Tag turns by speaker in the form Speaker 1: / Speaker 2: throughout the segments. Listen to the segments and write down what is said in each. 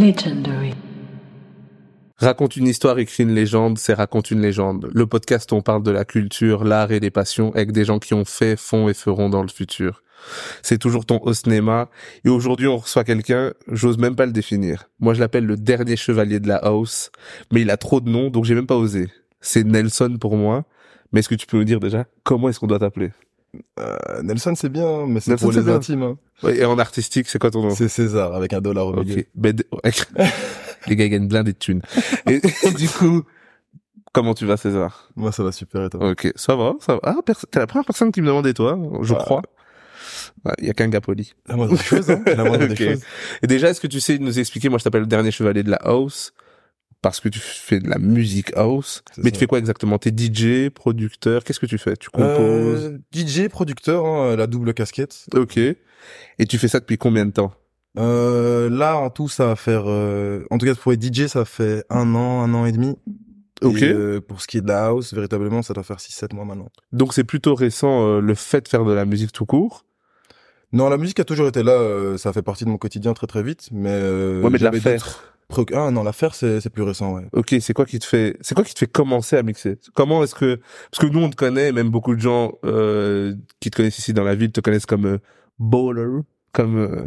Speaker 1: Legendary.
Speaker 2: Raconte une histoire, écrit une légende, c'est raconte une légende. Le podcast, où on parle de la culture, l'art et les passions avec des gens qui ont fait, font et feront dans le futur. C'est toujours ton au cinéma. Et aujourd'hui, on reçoit quelqu'un, j'ose même pas le définir. Moi, je l'appelle le dernier chevalier de la house, mais il a trop de noms, donc j'ai même pas osé. C'est Nelson pour moi. Mais est-ce que tu peux me dire déjà comment est-ce qu'on doit t'appeler?
Speaker 3: Euh, Nelson, c'est bien, hein, mais c'est
Speaker 2: Nelson,
Speaker 3: pour
Speaker 2: c'est
Speaker 3: les
Speaker 2: bien.
Speaker 3: intimes. hein.
Speaker 2: Ouais, Et en artistique, c'est quoi ton nom?
Speaker 3: C'est César avec un dollar au milieu.
Speaker 2: Ok. Ben, d- les gars ils gagnent blindé de thunes. Et, et du coup, comment tu vas, César?
Speaker 3: Moi, ça va super et toi
Speaker 2: Ok, ça va, ça va. Ah, perso- t'es la première personne qui me demandait toi, je
Speaker 3: Ah.
Speaker 2: crois. Il y a qu'un gars poli.
Speaker 3: La moindre des choses, hein. La moindre
Speaker 2: Ok.
Speaker 3: des choses.
Speaker 2: Et déjà, est-ce que tu sais nous expliquer Moi, je t'appelle le dernier chevalier de la house parce que tu fais de la musique house.
Speaker 3: C'est
Speaker 2: Mais
Speaker 3: ça.
Speaker 2: tu fais quoi exactement T'es DJ, producteur Qu'est-ce que tu fais Tu composes
Speaker 3: Euh, DJ, producteur, hein, la double casquette.
Speaker 2: Ok. Et tu fais ça depuis combien de temps
Speaker 3: Euh, là, en tout, ça va faire... euh, En tout cas, pour les DJ, ça fait un an, un an et demi.
Speaker 2: Ok.
Speaker 3: Et, euh, pour ce qui est de la house, véritablement, ça doit faire 6-7 mois maintenant.
Speaker 2: Donc, c'est plutôt récent euh, le fait de faire de la musique tout court.
Speaker 3: Non, la musique a toujours été là. euh, ça fait partie de mon quotidien très très vite. Mais, euh,
Speaker 2: ouais, mais de la
Speaker 3: j'avais d'autres
Speaker 2: faire.
Speaker 3: préoc- Ah non, l'affaire, c'est c'est plus récent, ouais.
Speaker 2: Ok, c'est quoi qui te fait C'est quoi qui te fait commencer à mixer Comment est-ce que parce que nous on te connaît, même beaucoup de gens euh, qui te connaissent ici dans la ville te connaissent comme euh, bowler, comme euh,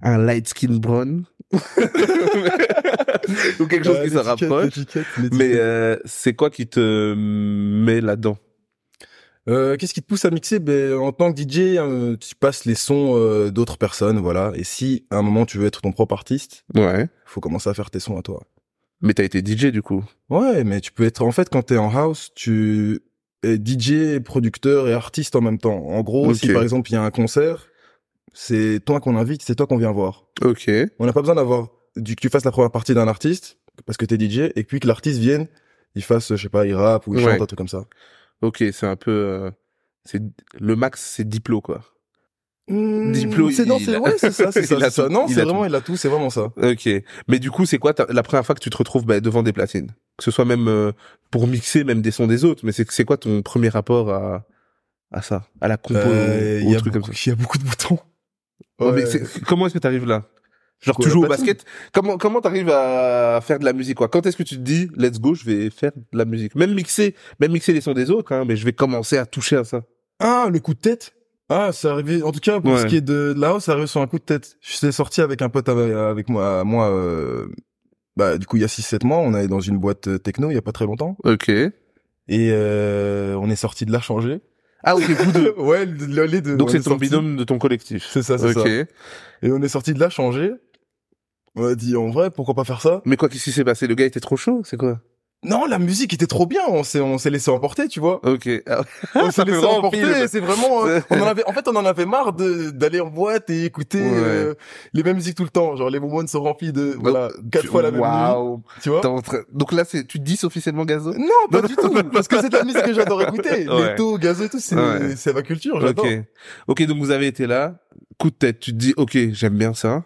Speaker 2: un light skin brown ou quelque chose
Speaker 3: Euh,
Speaker 2: qui se
Speaker 3: l'étiquette,
Speaker 2: rapproche.
Speaker 3: l'étiquette,
Speaker 2: Mais
Speaker 3: l'étiquette.
Speaker 2: euh, c'est quoi qui te euh, met là-dedans
Speaker 3: Euh, qu'est-ce qui te pousse à mixer ben, En tant que DJ, euh, tu passes les sons euh, d'autres personnes, voilà. Et si à un moment tu veux être ton propre artiste,
Speaker 2: Ouais.
Speaker 3: faut commencer à faire tes sons à toi.
Speaker 2: Mais t'as été DJ du coup.
Speaker 3: Ouais, mais tu peux être en fait quand t'es en house, tu es DJ, producteur et artiste en même temps. En gros,
Speaker 2: Ok.
Speaker 3: si par exemple il y a un concert, c'est toi qu'on invite, c'est toi qu'on vient voir.
Speaker 2: Ok.
Speaker 3: On n'a pas besoin d'avoir du que tu fasses la première partie d'un artiste parce que t'es DJ et puis que l'artiste vienne, il fasse, je sais pas, il rappe ou il
Speaker 2: Ouais.
Speaker 3: chante un truc comme ça.
Speaker 2: Ok, c'est un peu. euh, c'est le max, c'est diplo quoi.
Speaker 3: Mmh,
Speaker 2: Diplo,
Speaker 3: c'est
Speaker 2: il-
Speaker 3: non, c'est
Speaker 2: il a-
Speaker 3: ouais, c'est ça, c'est ça,
Speaker 2: il a
Speaker 3: c'est ça.
Speaker 2: tout,
Speaker 3: Non,
Speaker 2: il
Speaker 3: c'est
Speaker 2: a
Speaker 3: vraiment,
Speaker 2: tout.
Speaker 3: il a tout, c'est vraiment ça.
Speaker 2: Ok. Mais du coup, c'est quoi ta- la première fois que tu te retrouves bah, devant des platines Que ce soit même euh, pour mixer même des sons des autres, mais c'est c'est quoi ton premier rapport à, à ça À la compo
Speaker 3: Euh,
Speaker 2: ou
Speaker 3: Il
Speaker 2: au
Speaker 3: y, a
Speaker 2: truc comme
Speaker 3: beaucoup-
Speaker 2: ça
Speaker 3: il y a beaucoup de boutons.
Speaker 2: Ouais, mais
Speaker 3: Ouais.
Speaker 2: c'est- Comment est-ce que t'arrives là Genre
Speaker 3: Quoi,
Speaker 2: tu
Speaker 3: la
Speaker 2: joues au
Speaker 3: platine
Speaker 2: basket Comment comment t'arrives à faire de la musique quoi Quand est-ce que tu te dis let's go je vais faire de la musique Même mixer même mixer les sons des autres hein, mais je vais commencer à toucher à ça.
Speaker 3: Ah, le coup de tête. Ah, c'est arrivé. En tout cas, pour
Speaker 2: Ouais.
Speaker 3: ce qui est de de la house, ça arrive sur un coup de tête. Je suis sorti avec un pote avec, avec moi, moi. euh, Bah, du coup, il y a 6-7 mois, on allait dans une boîte euh, techno, il y a pas très longtemps,
Speaker 2: Ok.
Speaker 3: et euh, on est sorti de la changer.
Speaker 2: Ah ok vous deux.
Speaker 3: ouais, le- le- les deux.
Speaker 2: Donc
Speaker 3: On
Speaker 2: c'est
Speaker 3: est
Speaker 2: ton
Speaker 3: sortis-
Speaker 2: binôme de ton collectif.
Speaker 3: C'est ça, c'est
Speaker 2: ok.
Speaker 3: ça. Et on est sorti de la changer. On a dit en vrai, pourquoi pas faire ça
Speaker 2: Mais quoi qu'est-ce qui s'est passé Le gars était trop chaud c'est quoi
Speaker 3: Non, la musique était trop bien. On s'est, on s'est laissé emporter, tu vois.
Speaker 2: Ok. Ah,
Speaker 3: On s'est
Speaker 2: Ça fait
Speaker 3: laissé
Speaker 2: vraiment
Speaker 3: emporter.
Speaker 2: film.
Speaker 3: C'est vraiment. euh, on en avait. En fait, on en avait marre de d'aller en boîte et écouter
Speaker 2: Ouais. Bah,
Speaker 3: euh, les mêmes musiques tout le temps. Genre les moments sont remplis de voilà quatre
Speaker 2: Tu-
Speaker 3: fois la même nuit.
Speaker 2: Waouh.
Speaker 3: Tu vois.
Speaker 2: T'es en train- Donc là, c'est, tu te dis officiellement gazo?
Speaker 3: Non, pas
Speaker 2: Non,
Speaker 3: du
Speaker 2: non,
Speaker 3: tout. Parce que c'est de la musique que j'adore écouter.
Speaker 2: Ouais.
Speaker 3: Les taux, gazo et tout, c'est
Speaker 2: Ouais.
Speaker 3: c'est ma culture.
Speaker 2: Ok.
Speaker 3: J'adore.
Speaker 2: Ok, donc vous avez été là, coup de tête, tu te dis, ok, j'aime bien ça.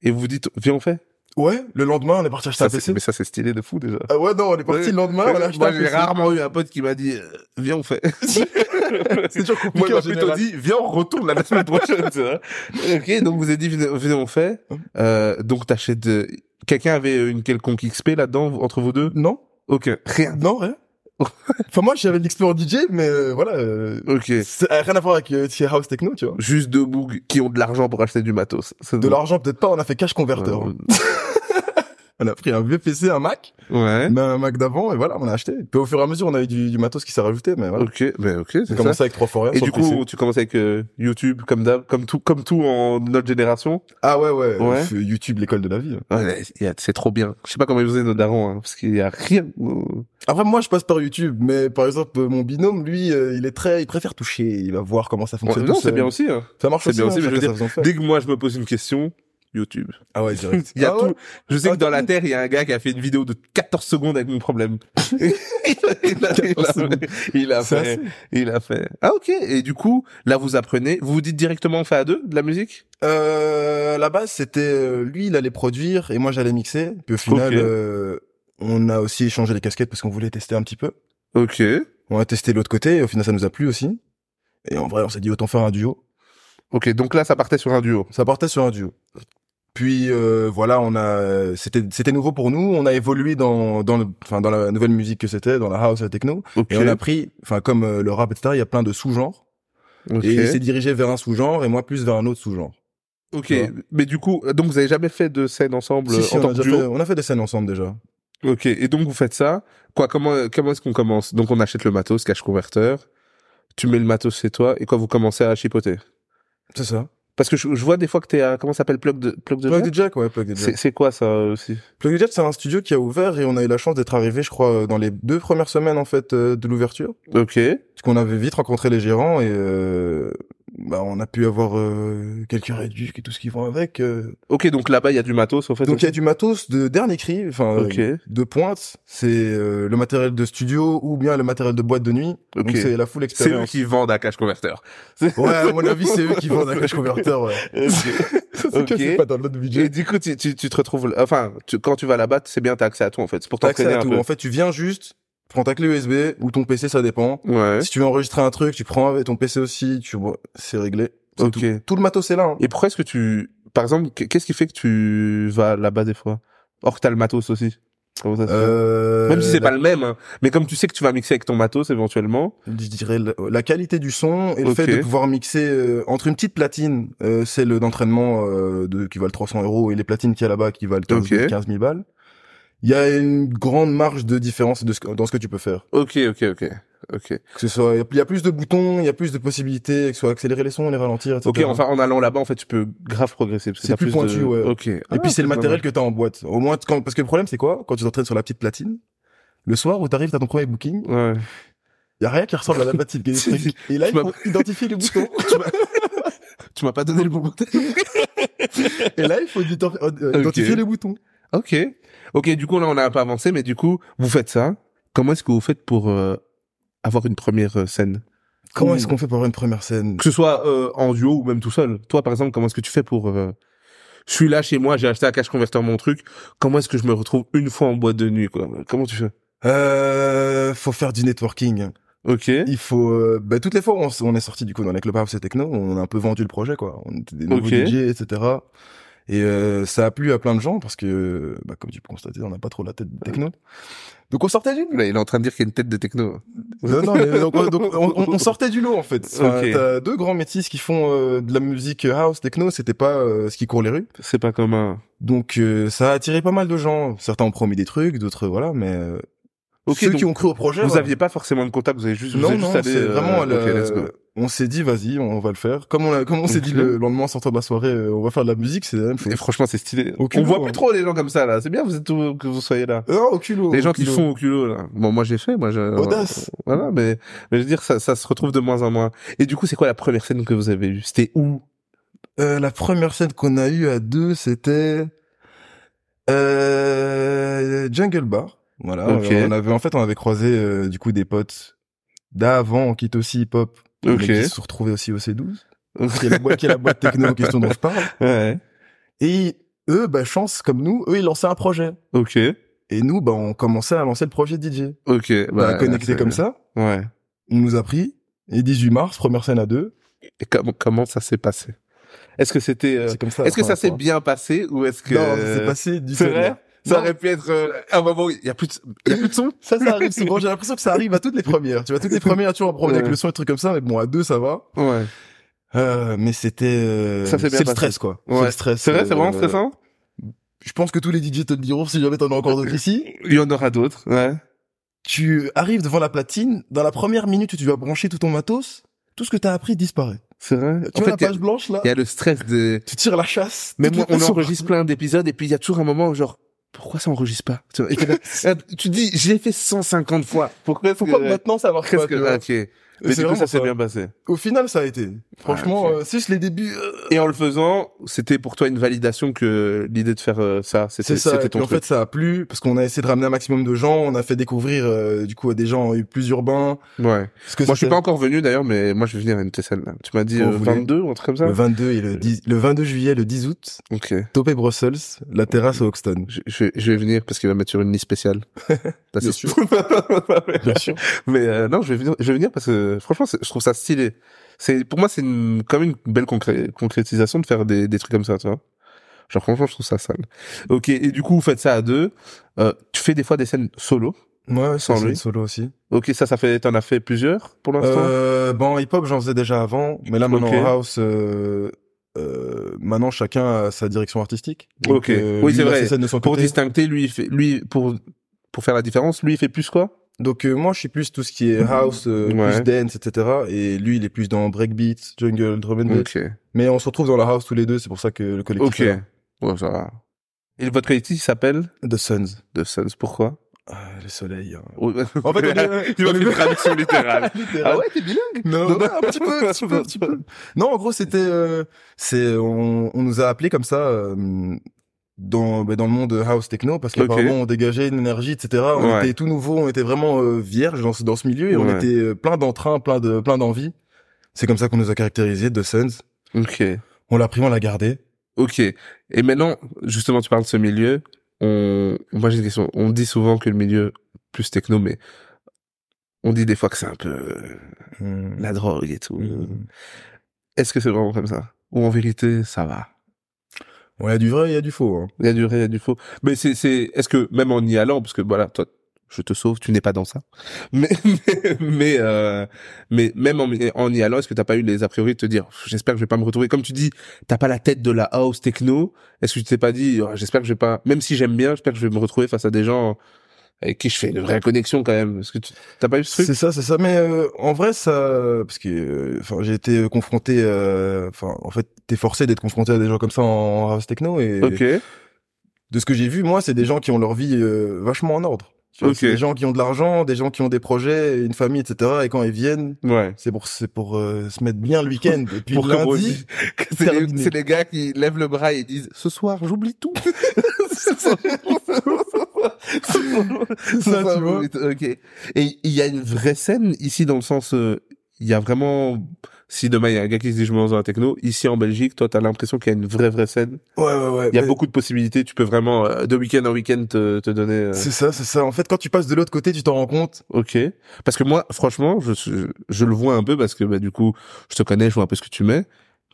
Speaker 2: Et vous dites, viens, on fait.
Speaker 3: Ouais. Le lendemain, on est parti acheter un
Speaker 2: Ça, c'est-
Speaker 3: PC.
Speaker 2: mais ça, c'est stylé de fou, déjà.
Speaker 3: Ah ouais, non, on est parti
Speaker 2: Ouais.
Speaker 3: le lendemain. On a acheté
Speaker 2: Moi,
Speaker 3: un
Speaker 2: j'ai
Speaker 3: PC.
Speaker 2: rarement eu un pote qui m'a dit, euh, viens, on fait.
Speaker 3: C'est
Speaker 2: Moi,
Speaker 3: toujours compliqué
Speaker 2: il
Speaker 3: en
Speaker 2: m'a plutôt
Speaker 3: général.
Speaker 2: dit, viens, on retourne la semaine prochaine, tu vois. Ok, donc vous avez dit, venez, venez, on fait. Euh, donc t'achètes, euh, quelqu'un avait une quelconque XP là-dedans, entre vous deux?
Speaker 3: Non,
Speaker 2: Ok. Rien.
Speaker 3: non, rien. enfin, moi, j'avais de l'expert en DJ, mais euh, voilà. euh,
Speaker 2: Ok.
Speaker 3: C'est euh, rien à voir avec euh, Tier House Techno, tu vois.
Speaker 2: Juste deux bougs qui ont de l'argent pour acheter du matos. C'est-
Speaker 3: De l'argent, peut-être pas, on a fait cash converteur.
Speaker 2: Euh,
Speaker 3: On a pris un vieux PC, un Mac,
Speaker 2: Euh, Ouais.
Speaker 3: mais un Mac d'avant, et voilà, on a acheté. Puis au fur et à mesure, on a eu du, du matos qui s'est rajouté, mais voilà.
Speaker 2: Ok, ben ok,
Speaker 3: J'ai
Speaker 2: c'est ça.
Speaker 3: commencé avec trois forêts.
Speaker 2: Et du coup, tu commences avec euh, YouTube, comme d'hab, comme tout, comme tout en notre génération.
Speaker 3: ah ouais, ouais,
Speaker 2: Ouais.
Speaker 3: f- YouTube, l'école de la vie. hein.
Speaker 2: Ouais, mais il y a- c'est trop bien. Je sais pas comment ils faisaient nos darons, hein, parce qu'il y a rien.
Speaker 3: Après, moi, je passe par YouTube, mais par exemple, euh, mon binôme, lui, euh, il est très, il préfère toucher, il va voir comment ça
Speaker 2: Ouais,
Speaker 3: fonctionne.
Speaker 2: non,
Speaker 3: tout
Speaker 2: c'est
Speaker 3: seul.
Speaker 2: bien aussi. hein.
Speaker 3: Ça marche
Speaker 2: C'est
Speaker 3: aussi,
Speaker 2: bien
Speaker 3: hein,
Speaker 2: aussi, mais je veux
Speaker 3: chacun sa façon de faire.
Speaker 2: Dès que moi je me pose une question, YouTube.
Speaker 3: Ah ouais, direct.
Speaker 2: Il y a
Speaker 3: Ah ouais.
Speaker 2: tout. Je sais que
Speaker 3: Ah,
Speaker 2: dans la
Speaker 3: tout.
Speaker 2: Terre, il y a un gars qui a fait une vidéo de 14 secondes avec mon problème. il, a, il a-
Speaker 3: 14 secondes.
Speaker 2: il a
Speaker 3: C'est
Speaker 2: fait. Il a fait. Ah ok. Et du coup, là vous apprenez. Vous vous dites directement on fait à deux de la musique.
Speaker 3: Euh, la base, c'était euh, lui, il allait produire et moi, j'allais mixer. Puis au final,
Speaker 2: Ok.
Speaker 3: euh, on a aussi échangé les casquettes parce qu'on voulait tester un petit peu.
Speaker 2: Ok.
Speaker 3: On a testé l'autre côté et au final, ça nous a plu aussi. Et en vrai, on s'est dit autant faire un duo.
Speaker 2: Ok. Donc là, ça partait sur un duo.
Speaker 3: Ça partait sur un duo. Puis euh, voilà, on a c'était c'était nouveau pour nous. On a évolué dans dans le, enfin dans la nouvelle musique que c'était, dans la house, la techno.
Speaker 2: Ok.
Speaker 3: Et on a pris, enfin comme euh, le rap etc. Il y a plein de sous-genres.
Speaker 2: Ok.
Speaker 3: Et il s'est dirigé vers un sous-genre et moi plus vers un autre sous-genre.
Speaker 2: Ok.
Speaker 3: tu
Speaker 2: Mais du coup, donc vous avez jamais fait de scène ensemble
Speaker 3: Si,
Speaker 2: euh,
Speaker 3: si,
Speaker 2: en
Speaker 3: on, a
Speaker 2: tant que
Speaker 3: déjà fait,
Speaker 2: duo.
Speaker 3: on a fait des scènes ensemble déjà.
Speaker 2: Ok. Et donc vous faites ça. Quoi Comment comment est-ce qu'on commence Donc on achète le matos, cache converteur. Tu mets le matos chez toi et quoi vous commencez à chipoter.
Speaker 3: C'est ça.
Speaker 2: Parce que je, je vois des fois que t'es à comment ça s'appelle plug de plug de
Speaker 3: Plug
Speaker 2: Jack
Speaker 3: the Jack, ouais, Plug the Jack.
Speaker 2: C'est c'est quoi ça euh, aussi
Speaker 3: Plug the Jack, c'est un studio qui a ouvert et on a eu la chance d'être arrivé, je crois, dans les deux premières semaines en fait euh, de l'ouverture.
Speaker 2: Ok.
Speaker 3: Parce qu'on avait vite rencontré les gérants et euh, bah on a pu avoir euh, quelques réductions et tout ce qui vont avec. euh.
Speaker 2: Ok. Donc là-bas il y a du matos en fait.
Speaker 3: Donc il
Speaker 2: aussi.
Speaker 3: y a du matos de dernier cri, enfin euh,
Speaker 2: Ok.
Speaker 3: de pointe. C'est euh, le matériel de studio ou bien le matériel de boîte de nuit.
Speaker 2: Ok.
Speaker 3: Donc c'est la full
Speaker 2: C'est eux
Speaker 3: expérience.
Speaker 2: qui vendent à cache converteur.
Speaker 3: Ouais, à mon avis, c'est eux qui vendent un cache converteur. Ouais. c'est
Speaker 2: Ok.
Speaker 3: que c'est pas dans notre budget.
Speaker 2: Et du coup, tu, tu, tu te retrouves, enfin, tu- quand tu vas là-bas, c'est bien, t'as accès à tout, en fait. C'est pour
Speaker 3: T'as accès
Speaker 2: t'entraîner
Speaker 3: à
Speaker 2: un
Speaker 3: tout.
Speaker 2: peu.
Speaker 3: En fait, tu viens juste, prends ta clé USB ou ton PC, ça dépend.
Speaker 2: Ouais.
Speaker 3: Si tu veux enregistrer un truc, tu prends avec ton PC aussi, tu vois, c'est réglé. C'est
Speaker 2: Ok.
Speaker 3: Tout. Tout le matos est là. hein.
Speaker 2: Et pourquoi est-ce que tu, par exemple, qu- qu'est-ce qui fait que tu vas là-bas des fois? Or que t'as le matos aussi. Comment ça se fait
Speaker 3: Euh,
Speaker 2: Même si c'est
Speaker 3: la-
Speaker 2: pas le même, hein. mais comme tu sais que tu vas mixer avec ton matos éventuellement.
Speaker 3: je dirais la, la qualité du son et le
Speaker 2: Ok.
Speaker 3: fait de pouvoir mixer euh, entre une petite platine, euh, celle d'entraînement euh, de qui valent 300 euros et les platines qu'il y a là-bas qui valent 15, 000,
Speaker 2: Ok.
Speaker 3: 15 000 balles. Il y a une grande marge de différence de ce que- dans ce que tu peux faire.
Speaker 2: Ok, ok, ok, ok.
Speaker 3: Que ce soit, il y a plus de boutons, il y a plus de possibilités, que ce soit accélérer les sons, les ralentir, etc.
Speaker 2: Ok, enfin, en allant là-bas, en fait, tu peux grave progresser. parce que
Speaker 3: C'est
Speaker 2: t'as
Speaker 3: plus
Speaker 2: de-
Speaker 3: pointu, ouais.
Speaker 2: Ok.
Speaker 3: Et puis c'est le matériel que t'as en boîte. Au moins, quand... parce que le problème c'est quoi Quand tu t'entraînes sur la petite platine, le soir où t'arrives, t'as ton premier booking,
Speaker 2: Ouais.
Speaker 3: y a rien qui ressemble à la platine. qu'il y a des
Speaker 2: Tu-
Speaker 3: trucs. Et là,
Speaker 2: tu
Speaker 3: il
Speaker 2: m'as-
Speaker 3: faut identifier les boutons.
Speaker 2: Tu m'as- tu m'as pas donné le bon côté.
Speaker 3: Et là, il faut identi- euh, identifier les boutons.
Speaker 2: Ok. Ok, du coup, là, on a un peu avancé, mais du coup, vous faites ça. Comment est-ce que vous faites pour euh, avoir une première euh, scène
Speaker 3: Comment
Speaker 2: Ouh.
Speaker 3: est-ce qu'on fait pour avoir une première scène
Speaker 2: Que ce soit euh, en duo ou même tout seul. Toi, par exemple, comment est-ce que tu fais pour... euh, Je suis là chez moi, j'ai acheté à Cash Converter mon truc. Comment est-ce que je me retrouve une fois en boîte de nuit quoi Comment tu fais
Speaker 3: euh, Faut faire du networking.
Speaker 2: Ok.
Speaker 3: Il faut. euh, bah, toutes les fois, où on, s- on est sorti du coup dans les clubs house et techno, on a un peu vendu le projet, quoi. On était des nouveaux
Speaker 2: Ok.
Speaker 3: DJ, etc. Et euh, ça a plu à plein de gens parce que, bah, comme tu peux constater, on n'a pas trop la tête de techno. Donc on sortait du
Speaker 2: Là, il est en train de dire qu'il y a une tête de techno.
Speaker 3: Non, non, mais donc, on- donc, on, on- on sortait du lot en fait. Enfin,
Speaker 2: Ok.
Speaker 3: T'as deux grands métis qui font euh, de la musique house, techno, c'était pas euh, ce qui court les rues.
Speaker 2: C'est pas commun.
Speaker 3: Donc euh, ça a attiré pas mal de gens. Certains ont promis des trucs, d'autres euh, voilà, mais euh,
Speaker 2: Ok,
Speaker 3: ceux
Speaker 2: donc
Speaker 3: qui ont cru au projet.
Speaker 2: vous
Speaker 3: voilà.
Speaker 2: aviez pas forcément de contact, vous avez juste... vous
Speaker 3: non,
Speaker 2: êtes
Speaker 3: non,
Speaker 2: juste allé,
Speaker 3: c'est
Speaker 2: euh,
Speaker 3: vraiment.
Speaker 2: ok,
Speaker 3: le-
Speaker 2: let's go.
Speaker 3: On s'est dit, vas-y, on va le faire. Comme on, a- comme on s'est
Speaker 2: Ok.
Speaker 3: dit le lendemain en sortant de la soirée, euh, on va faire de la musique, c'est la même chose.
Speaker 2: Et franchement, c'est stylé.
Speaker 3: Au
Speaker 2: on
Speaker 3: culot,
Speaker 2: voit
Speaker 3: hein.
Speaker 2: plus trop les gens comme ça, là. C'est bien vous êtes tous- que vous soyez là.
Speaker 3: Non, Oh, au culot.
Speaker 2: Les
Speaker 3: au
Speaker 2: gens qui
Speaker 3: culot.
Speaker 2: font au culot, là. Bon, moi, j'ai fait, moi, je...
Speaker 3: euh, Audace.
Speaker 2: Voilà, mais, mais je veux dire, ça, ça se retrouve de moins en moins. Et du coup, c'est quoi la première scène que vous avez eue C'était où
Speaker 3: Euh, la première scène qu'on a eue à deux, c'était euh, Jungle Bar. Voilà.
Speaker 2: Ok.
Speaker 3: On avait en fait, on avait croisé euh, du coup des potes d'avant qui étaient aussi hip hop, mais qui se sont retrouvés aussi au C12, qui est la boîte, qui est la boîte techno en question dont je parle.
Speaker 2: ouais.
Speaker 3: Et eux, bah chance comme nous, eux ils lançaient un projet.
Speaker 2: Ok.
Speaker 3: Et nous, bah on commençait à lancer le projet DJ.
Speaker 2: Ok.
Speaker 3: On a
Speaker 2: Bah,
Speaker 3: connecté
Speaker 2: c'est-
Speaker 3: comme ça.
Speaker 2: Ouais.
Speaker 3: On nous a pris. Et 18 mars, première scène à deux.
Speaker 2: Et comment, comment ça s'est passé Est-ce que c'était... euh,
Speaker 3: C'est comme ça. la
Speaker 2: Est-ce que ça
Speaker 3: première
Speaker 2: s'est
Speaker 3: fois.
Speaker 2: bien passé ou est-ce que...
Speaker 3: Non, ça s'est passé du
Speaker 2: C'est vrai Ça
Speaker 3: Non.
Speaker 2: aurait pu être euh, un moment où il y a plus de, il y a plus de son
Speaker 3: Ça, ça arrive souvent. J'ai l'impression que ça arrive à toutes les premières. Tu vois, toutes les premières, tu vois, en problème avec le son et des trucs comme ça, mais bon, à deux, ça va.
Speaker 2: Ouais.
Speaker 3: Euh, mais c'était, euh,
Speaker 2: Ça s'est bien
Speaker 3: c'est le
Speaker 2: passé.
Speaker 3: stress, quoi.
Speaker 2: Ouais.
Speaker 3: C'est le stress.
Speaker 2: C'est vrai, c'est vraiment
Speaker 3: euh,
Speaker 2: stressant
Speaker 3: Je pense que tous les DJ te le diront si jamais t'en as encore
Speaker 2: Euh,
Speaker 3: d'autres ici.
Speaker 2: Il y en aura d'autres. Ouais.
Speaker 3: Tu arrives devant la platine, dans la première minute où tu vas brancher tout ton matos, tout ce que t'as appris disparaît.
Speaker 2: C'est vrai.
Speaker 3: Tu
Speaker 2: en fait,
Speaker 3: vois la
Speaker 2: il y a-
Speaker 3: page blanche, là?
Speaker 2: il y a le stress de...
Speaker 3: Tu tires la chasse.
Speaker 2: Même
Speaker 3: Toutes les
Speaker 2: on
Speaker 3: façons-
Speaker 2: enregistre plein d'épisodes et puis il y a toujours un moment où genre pourquoi ça enregistre pas Tu vois, et t'es là, ah, tu dis j'ai fait 150 fois. Pourquoi est-ce
Speaker 3: Pourquoi
Speaker 2: que
Speaker 3: maintenant ça marche
Speaker 2: qu'est-ce
Speaker 3: pas,
Speaker 2: que
Speaker 3: tu vois
Speaker 2: ok.
Speaker 3: C'est
Speaker 2: Mais du coup
Speaker 3: vraiment
Speaker 2: ça s'est
Speaker 3: ça.
Speaker 2: bien passé.
Speaker 3: Au final, ça a été. Franchement,
Speaker 2: ok.
Speaker 3: euh, juste les débuts, euh,
Speaker 2: Et en le faisant, c'était pour toi une validation que l'idée de faire euh, ça, c'était
Speaker 3: C'est ça.
Speaker 2: c'était
Speaker 3: et
Speaker 2: ton
Speaker 3: puis en
Speaker 2: truc.
Speaker 3: fait, ça a plu parce qu'on a essayé de ramener un maximum de gens. On a fait découvrir euh, du coup à des gens euh, plus urbains.
Speaker 2: ouais.
Speaker 3: Parce que
Speaker 2: Moi je suis
Speaker 3: c'était-
Speaker 2: pas encore venu d'ailleurs mais moi je vais venir à une de tes scènes là. Tu m'as dit
Speaker 3: Quand
Speaker 2: euh,
Speaker 3: vous voulez.
Speaker 2: 22 ou un truc comme ça.
Speaker 3: le 22 et le 10 le 22 juillet, le 10 août,
Speaker 2: OK.
Speaker 3: Topé Brussels, la terrasse au Hoxton.
Speaker 2: Je, je, je vais venir parce qu'il va mettre sur une liste spéciale.
Speaker 3: Bien sûr. Bien sûr.
Speaker 2: Mais euh, non, je vais venir, je vais venir parce que franchement, c'est- je trouve ça stylé. C'est pour moi, c'est une, quand même une belle concré- concrétisation de faire des, des trucs comme ça, tu vois. Genre franchement, je trouve ça sale. Ok, et du coup, vous faites ça à deux. Euh, tu fais des fois des scènes solo.
Speaker 3: Ouais, ouais,
Speaker 2: Sans
Speaker 3: sans
Speaker 2: lui.
Speaker 3: solo aussi.
Speaker 2: Ok, ça, ça fait, t'en as fait plusieurs pour l'instant.
Speaker 3: Euh, bon, hip-hop, j'en faisais déjà avant, mais là, maintenant,
Speaker 2: Ok.
Speaker 3: en house, euh, euh, maintenant, chacun a sa direction artistique. euh,
Speaker 2: Ok. Oui,
Speaker 3: lui,
Speaker 2: c'est
Speaker 3: il a
Speaker 2: vrai.
Speaker 3: ses scènes de son
Speaker 2: pour
Speaker 3: côté.
Speaker 2: distincter, lui, il fait, lui, pour pour faire la différence, lui, il fait plus quoi
Speaker 3: Donc, euh, moi, je suis plus tout ce qui est house, euh,
Speaker 2: Ouais.
Speaker 3: plus dance, etc. Et lui, il est plus dans breakbeat, jungle, drum and bass.
Speaker 2: Ok.
Speaker 3: Mais on se retrouve dans la house tous les deux, c'est pour ça que le collectif
Speaker 2: Ok.
Speaker 3: est là.
Speaker 2: Ouais, ça va. Et votre collectif il s'appelle
Speaker 3: The Suns.
Speaker 2: The Suns. Pourquoi
Speaker 3: Ah, le soleil. hein.
Speaker 2: En fait,
Speaker 3: En fait, on est...
Speaker 2: tu
Speaker 3: on
Speaker 2: m'as
Speaker 3: est-
Speaker 2: fait une traduction littérale.
Speaker 3: Littéral.
Speaker 2: ah ouais, t'es bilingue
Speaker 3: Non,
Speaker 2: Non,
Speaker 3: non, un petit peu, un petit peu, un petit peu. Non, en gros, c'était, euh, c'est, on, on nous a appelés comme ça euh, dans bah, dans le monde house techno parce qu'apparemment on dégageait une énergie, etc. On
Speaker 2: Ouais.
Speaker 3: était tout nouveau, on était vraiment euh, vierge dans ce dans ce milieu et on
Speaker 2: Ouais.
Speaker 3: était euh, plein d'entrain, plein de plein d'envie. C'est comme ça qu'on nous a caractérisés de Suns.
Speaker 2: Ok.
Speaker 3: On l'a pris, on l'a gardé.
Speaker 2: Ok. Et maintenant, justement, tu parles de ce milieu. On, moi, j'ai une question. On dit souvent que le milieu plus techno, mais on dit des fois que c'est un peu euh,
Speaker 3: Hum,
Speaker 2: la drogue et tout.
Speaker 3: hum.
Speaker 2: Est-ce que c'est vraiment comme ça Ou en vérité, ça va
Speaker 3: Ouais, il y a du vrai, il y a du faux. hein.
Speaker 2: Il y a du vrai, il y a du faux. Mais c'est, c'est, est-ce que même en y allant, parce que voilà, toi, je te sauve, tu n'es pas dans ça. Mais, mais, mais, euh, mais même en, en y allant, est-ce que t'as pas eu les a priori de te dire, j'espère que je vais pas me retrouver. Comme tu dis, t'as pas la tête de la house techno. Est-ce que tu t'es pas dit, Oh, j'espère que je vais pas, même si j'aime bien, j'espère que je vais me retrouver face à des gens avec qui je fais une vraie connexion quand même. Est-ce que tu, t'as pas eu ce truc?
Speaker 3: C'est ça, c'est ça. Mais euh, en vrai, ça, parce que, euh, enfin, j'ai été confronté, euh, enfin, en fait, t'es forcé d'être confronté à des gens comme ça en house techno et
Speaker 2: Ok.
Speaker 3: de ce que j'ai vu, moi, c'est des gens qui ont leur vie euh, vachement en ordre. Tu vois,
Speaker 2: Ok.
Speaker 3: c'est Des gens qui ont de l'argent, des gens qui ont des projets, une famille, etc. Et quand ils viennent,
Speaker 2: Ouais.
Speaker 3: c'est pour c'est pour euh, se mettre bien le week-end. Et puis
Speaker 2: Pour comme on
Speaker 3: lundi,
Speaker 2: dit, que c'est les,
Speaker 3: terminé.
Speaker 2: c'est les gars qui lèvent le bras et disent ce soir j'oublie tout. Ce soir, ce soir,
Speaker 3: Ça, tu vois.
Speaker 2: j'oublie tout. Ok. Et il y a une vraie scène ici dans le sens, euh, il y a vraiment. Si demain il y a un gars qui se dit je me lance dans la techno, ici en Belgique, toi t'as l'impression qu'il y a une vraie vraie scène.
Speaker 3: ouais, ouais, ouais.
Speaker 2: Il y a
Speaker 3: mais
Speaker 2: beaucoup de possibilités. Tu peux vraiment euh, de week-end en week-end te, te donner. euh,
Speaker 3: C'est ça, c'est ça. En fait, quand tu passes de l'autre côté, tu t'en rends compte.
Speaker 2: Ok. Parce que moi, franchement, je, je, je le vois un peu parce que bah, du coup, je te connais, je vois un peu ce que tu mets,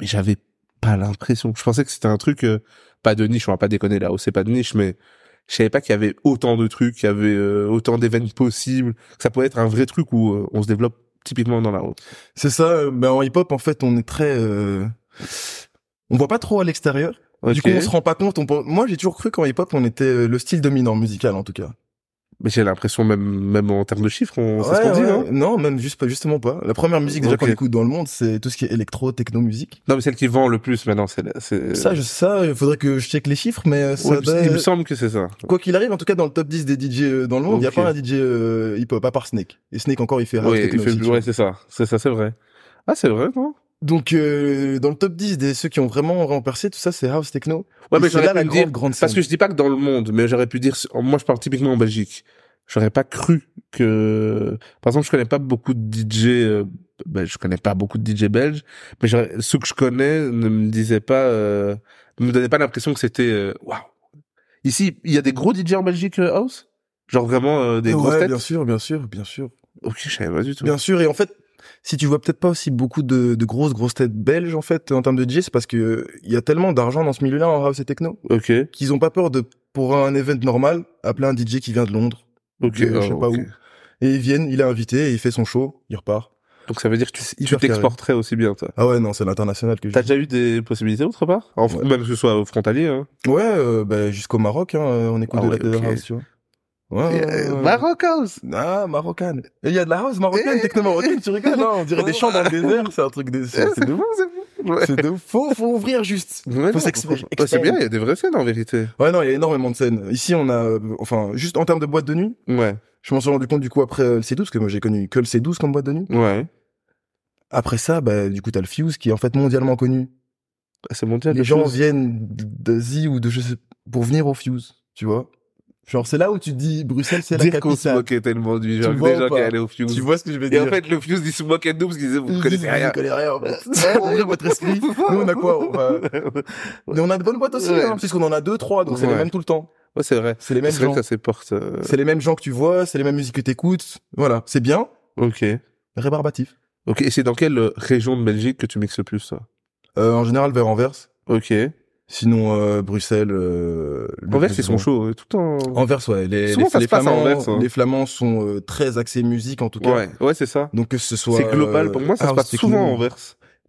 Speaker 2: mais j'avais pas l'impression. Je pensais que c'était un truc euh, pas de niche. On va pas déconner là-haut, c'est pas de niche, mais je savais pas qu'il y avait autant de trucs, qu'il y avait euh, autant d'événements possibles. que Ça pouvait être un vrai truc où euh, on se développe typiquement dans la route.
Speaker 3: C'est ça. euh, Ben en hip-hop, en fait, on est très, euh, on voit pas trop à l'extérieur. Du coup, on se rend pas compte. On... pense- Moi, j'ai toujours cru qu'en hip-hop, on était euh, le style dominant musical, en tout cas.
Speaker 2: Mais j'ai l'impression même même en termes de chiffres, on c'est ce qu'on
Speaker 3: Ouais,
Speaker 2: dit,
Speaker 3: ouais.
Speaker 2: non
Speaker 3: même juste pas, justement pas. La première musique déjà
Speaker 2: Ok.
Speaker 3: qu'on écoute dans le monde, c'est tout ce qui est électro, techno, musique.
Speaker 2: Non, mais celle qui vend le plus maintenant, c'est la- c'est.
Speaker 3: Ça, je, ça, il faudrait que je check les chiffres, mais euh, ça
Speaker 2: Euh. Ouais,
Speaker 3: doit-
Speaker 2: il me semble que c'est ça.
Speaker 3: Quoi qu'il arrive, en tout cas, dans le top 10 des DJ euh, dans le monde, il y a
Speaker 2: Ok.
Speaker 3: pas un DJ euh, hip-hop, à part Snake. Et Snake, encore, il fait house
Speaker 2: Ouais, il
Speaker 3: techno
Speaker 2: fait-
Speaker 3: Ah, aussi, tu
Speaker 2: ouais,
Speaker 3: vois.
Speaker 2: c'est ça, c'est ça, c'est vrai. Ah, c'est vrai, non
Speaker 3: Donc, euh, dans le top 10 des ceux qui ont vraiment rempercé, tout ça, c'est house techno.
Speaker 2: Ouais,
Speaker 3: Et
Speaker 2: mais
Speaker 3: c'est
Speaker 2: j'aurais
Speaker 3: là
Speaker 2: pu
Speaker 3: la
Speaker 2: me dire,
Speaker 3: grande, grande scène.
Speaker 2: parce que je dis pas que dans le monde, mais j'aurais pu dire, moi je parle typiquement en Belgique, j'aurais pas cru que, par exemple, je connais pas beaucoup de DJ, euh, ben, je connais pas beaucoup de DJ belges, mais j'aurais- ceux que je connais ne me disaient pas, euh, ne me donnaient pas l'impression que c'était, euh, waouh. Ici, il y a des gros DJ en Belgique euh, house? Genre vraiment euh, des grosses
Speaker 3: ouais,
Speaker 2: têtes?
Speaker 3: bien sûr, bien sûr, bien sûr.
Speaker 2: Ok, je savais pas du tout.
Speaker 3: Bien sûr, et en fait, si tu vois peut-être pas aussi beaucoup de, de grosses grosses têtes belges en fait en termes de DJ, c'est parce que euh, il y a tellement d'argent dans ce milieu-là en house et techno
Speaker 2: Ok,
Speaker 3: qu'ils ont pas peur de pour un event normal appeler un DJ qui vient de Londres
Speaker 2: ok,
Speaker 3: de- je
Speaker 2: oh,
Speaker 3: sais pas
Speaker 2: ok.
Speaker 3: où. et ils viennent, il est invité, et il fait son show, il repart.
Speaker 2: Donc ça veut dire que tu-
Speaker 3: C'est
Speaker 2: tu
Speaker 3: hyper carré.
Speaker 2: t'exporterais aussi bien, toi.
Speaker 3: Ah ouais non, c'est l'international que je.
Speaker 2: T'as déjà eu des possibilités autre part? En fr-
Speaker 3: Ouais.
Speaker 2: Même que ce soit au frontalier, hein.
Speaker 3: Ouais, euh, bah, jusqu'au Maroc, hein, euh, on écoute
Speaker 2: Ah
Speaker 3: de la
Speaker 2: ouais,
Speaker 3: de la
Speaker 2: ok.
Speaker 3: house, tu vois. Ouais,
Speaker 2: Et,
Speaker 3: ouais,
Speaker 2: euh,
Speaker 3: ouais.
Speaker 2: Maroc House.
Speaker 3: Ah, marocaine. Et Il y a de la house marocaine,
Speaker 2: Eh.
Speaker 3: techno marocaine, tu rigoles, non On dirait des champs dans le désert, c'est un truc de.
Speaker 2: Eh,
Speaker 3: C'est c'est
Speaker 2: c'est
Speaker 3: de
Speaker 2: bon, c'est bon. Ouais.
Speaker 3: c'est de faux, faut ouvrir juste.
Speaker 2: Ouais, non,
Speaker 3: s'expé-
Speaker 2: franchement.
Speaker 3: expérimenter.
Speaker 2: Ouais, c'est bien, il y a des vraies scènes en vérité.
Speaker 3: Ouais, non, il y a énormément de scènes. Ici, on a, euh, enfin, juste en termes de boîte de nuit,
Speaker 2: Ouais,
Speaker 3: je m'en suis rendu compte du coup après euh, le C12, parce que moi j'ai connu que le C12 comme boîte de nuit.
Speaker 2: ouais.
Speaker 3: Après ça, bah, du coup, t'as le Fuse qui est en fait mondialement connu.
Speaker 2: Ah, C'est mondial.
Speaker 3: Les gens viennent d'Asie ou de je sais pour venir au Fuse, tu vois. Genre, c'est là où tu te dis Bruxelles, c'est la
Speaker 2: dire qu'on se
Speaker 3: capitale.
Speaker 2: moquait tellement du genre
Speaker 3: vois
Speaker 2: des
Speaker 3: ou
Speaker 2: gens qui
Speaker 3: pas
Speaker 2: allaient au Fuse.
Speaker 3: Tu vois ce que je veux
Speaker 2: Et
Speaker 3: dire
Speaker 2: en fait, le Fuse, ils se moquaient de nous parce qu'ils disaient, vous
Speaker 3: Ils
Speaker 2: ne
Speaker 3: disent,
Speaker 2: connaissez rien.
Speaker 3: Vous connaissez rien, en fait. Ouvrez votre esprit. Nous, on a quoi on va- Mais on a de bonnes boîtes aussi,
Speaker 2: Ouais.
Speaker 3: hein, puisqu'on en a deux, trois, donc c'est
Speaker 2: Ouais.
Speaker 3: les mêmes tout le temps.
Speaker 2: Ouais, c'est vrai.
Speaker 3: C'est les mêmes
Speaker 2: C'est vrai
Speaker 3: gens.
Speaker 2: que ça s'éporte. euh,
Speaker 3: C'est les mêmes gens que tu vois, c'est les mêmes musiques que t'écoutes. Voilà, c'est bien,
Speaker 2: Ok.
Speaker 3: rébarbatif.
Speaker 2: Ok, et c'est dans quelle euh, région de Belgique que tu mixes le plus, ça
Speaker 3: Euh, en général, vers Anvers.
Speaker 2: Ok.
Speaker 3: Sinon, euh, Bruxelles. Euh,
Speaker 2: le Anvers, ils sont chauds, euh, tout en.
Speaker 3: Anvers, ouais. Les,
Speaker 2: Souvent,
Speaker 3: les,
Speaker 2: ça
Speaker 3: les
Speaker 2: se passe à
Speaker 3: Flamands,
Speaker 2: Anvers, hein.
Speaker 3: les Flamands sont euh, très axés musique en tout cas.
Speaker 2: Ouais, ouais, c'est ça.
Speaker 3: Donc que ce soit.
Speaker 2: C'est global. Pour
Speaker 3: euh,
Speaker 2: moi, ça se
Speaker 3: house
Speaker 2: passe
Speaker 3: techno.
Speaker 2: souvent en Anvers.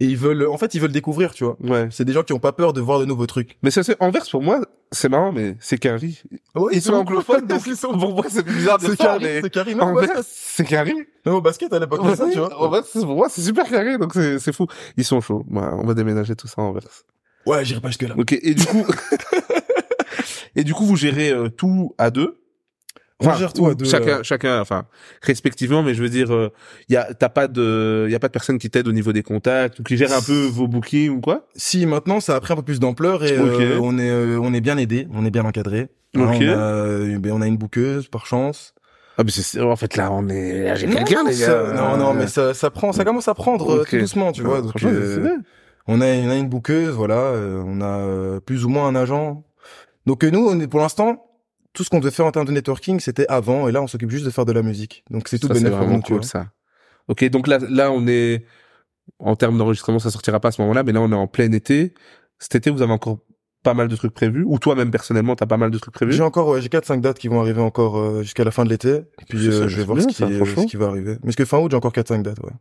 Speaker 3: Et ils veulent, en fait, ils veulent découvrir, tu vois.
Speaker 2: Ouais.
Speaker 3: C'est des gens qui ont pas peur de voir de nouveaux trucs.
Speaker 2: Mais ça, c'est Anvers pour moi, c'est marrant, mais c'est qu'un riz.
Speaker 3: Oh,
Speaker 2: Ils sont anglophones, donc ils sont. Pour moi, c'est bizarre de
Speaker 3: C'est
Speaker 2: ça,
Speaker 3: carré,
Speaker 2: mais
Speaker 3: c'est carré. Non,
Speaker 2: Anvers,
Speaker 3: ouais,
Speaker 2: c'est qu'un riz.
Speaker 3: non, au basket à l'époque, c'est ça,
Speaker 2: Ouais,
Speaker 3: tu vois.
Speaker 2: Anvers, c'est- pour moi, c'est super carré, donc c'est c'est fou. Ils sont chauds. Ouais, on va déménager tout ça en Anvers.
Speaker 3: Ouais, j'irai pas jusque là.
Speaker 2: Ok. Et du coup, et du coup, vous gérez euh, tout à deux.
Speaker 3: On gère tout à
Speaker 2: ou
Speaker 3: deux, euh.
Speaker 2: Chacun, chacun, enfin, respectivement, mais je veux dire, euh, y a, t'as pas de, y a pas de personne qui t'aide au niveau des contacts ou qui gère un peu vos bookings ou quoi.
Speaker 3: Si maintenant ça a pris un peu plus d'ampleur et
Speaker 2: Ok.
Speaker 3: euh, on est euh, on est bien aidé, on est bien encadré. Hein,
Speaker 2: Ok.
Speaker 3: on, a, euh, ben, on a une bouqueuse par chance.
Speaker 2: Ah, mais c'est, en fait, là, on est, là, j'ai
Speaker 3: Non,
Speaker 2: quelqu'un,
Speaker 3: non,
Speaker 2: les
Speaker 3: ça-
Speaker 2: gars. Euh,
Speaker 3: Non non mais ça ça prend ça commence à prendre euh,
Speaker 2: Ok.
Speaker 3: tout doucement tu vois.
Speaker 2: Ouais,
Speaker 3: donc,
Speaker 2: franchement,
Speaker 3: euh,
Speaker 2: c'est bien.
Speaker 3: on a on a une bouqueuse voilà, euh, on a euh, plus ou moins un agent. Donc euh, nous on est pour l'instant tout ce qu'on devait faire en termes de networking c'était avant et là on s'occupe juste de faire de la musique. Donc c'est tout
Speaker 2: Ça,
Speaker 3: bénéfique pour
Speaker 2: vraiment
Speaker 3: nous, tu
Speaker 2: cool,
Speaker 3: vois.
Speaker 2: ça. Ok, donc là, là, on est, en termes d'enregistrement, ça sortira pas à ce moment-là, mais là, on est en plein été. Cet été, vous avez encore pas mal de trucs prévus, ou toi-même, personnellement, t'as pas mal de trucs prévus.
Speaker 3: J'ai encore ouais, j'ai quatre cinq dates qui vont arriver encore euh, jusqu'à la fin de l'été. Puis
Speaker 2: Ça, ça
Speaker 3: euh,
Speaker 2: reste
Speaker 3: je vais voir
Speaker 2: bien,
Speaker 3: ce qui
Speaker 2: ça,
Speaker 3: euh,
Speaker 2: franchement.
Speaker 3: ce qui va arriver. Mais ce que fin août j'ai encore quatre cinq dates ouais.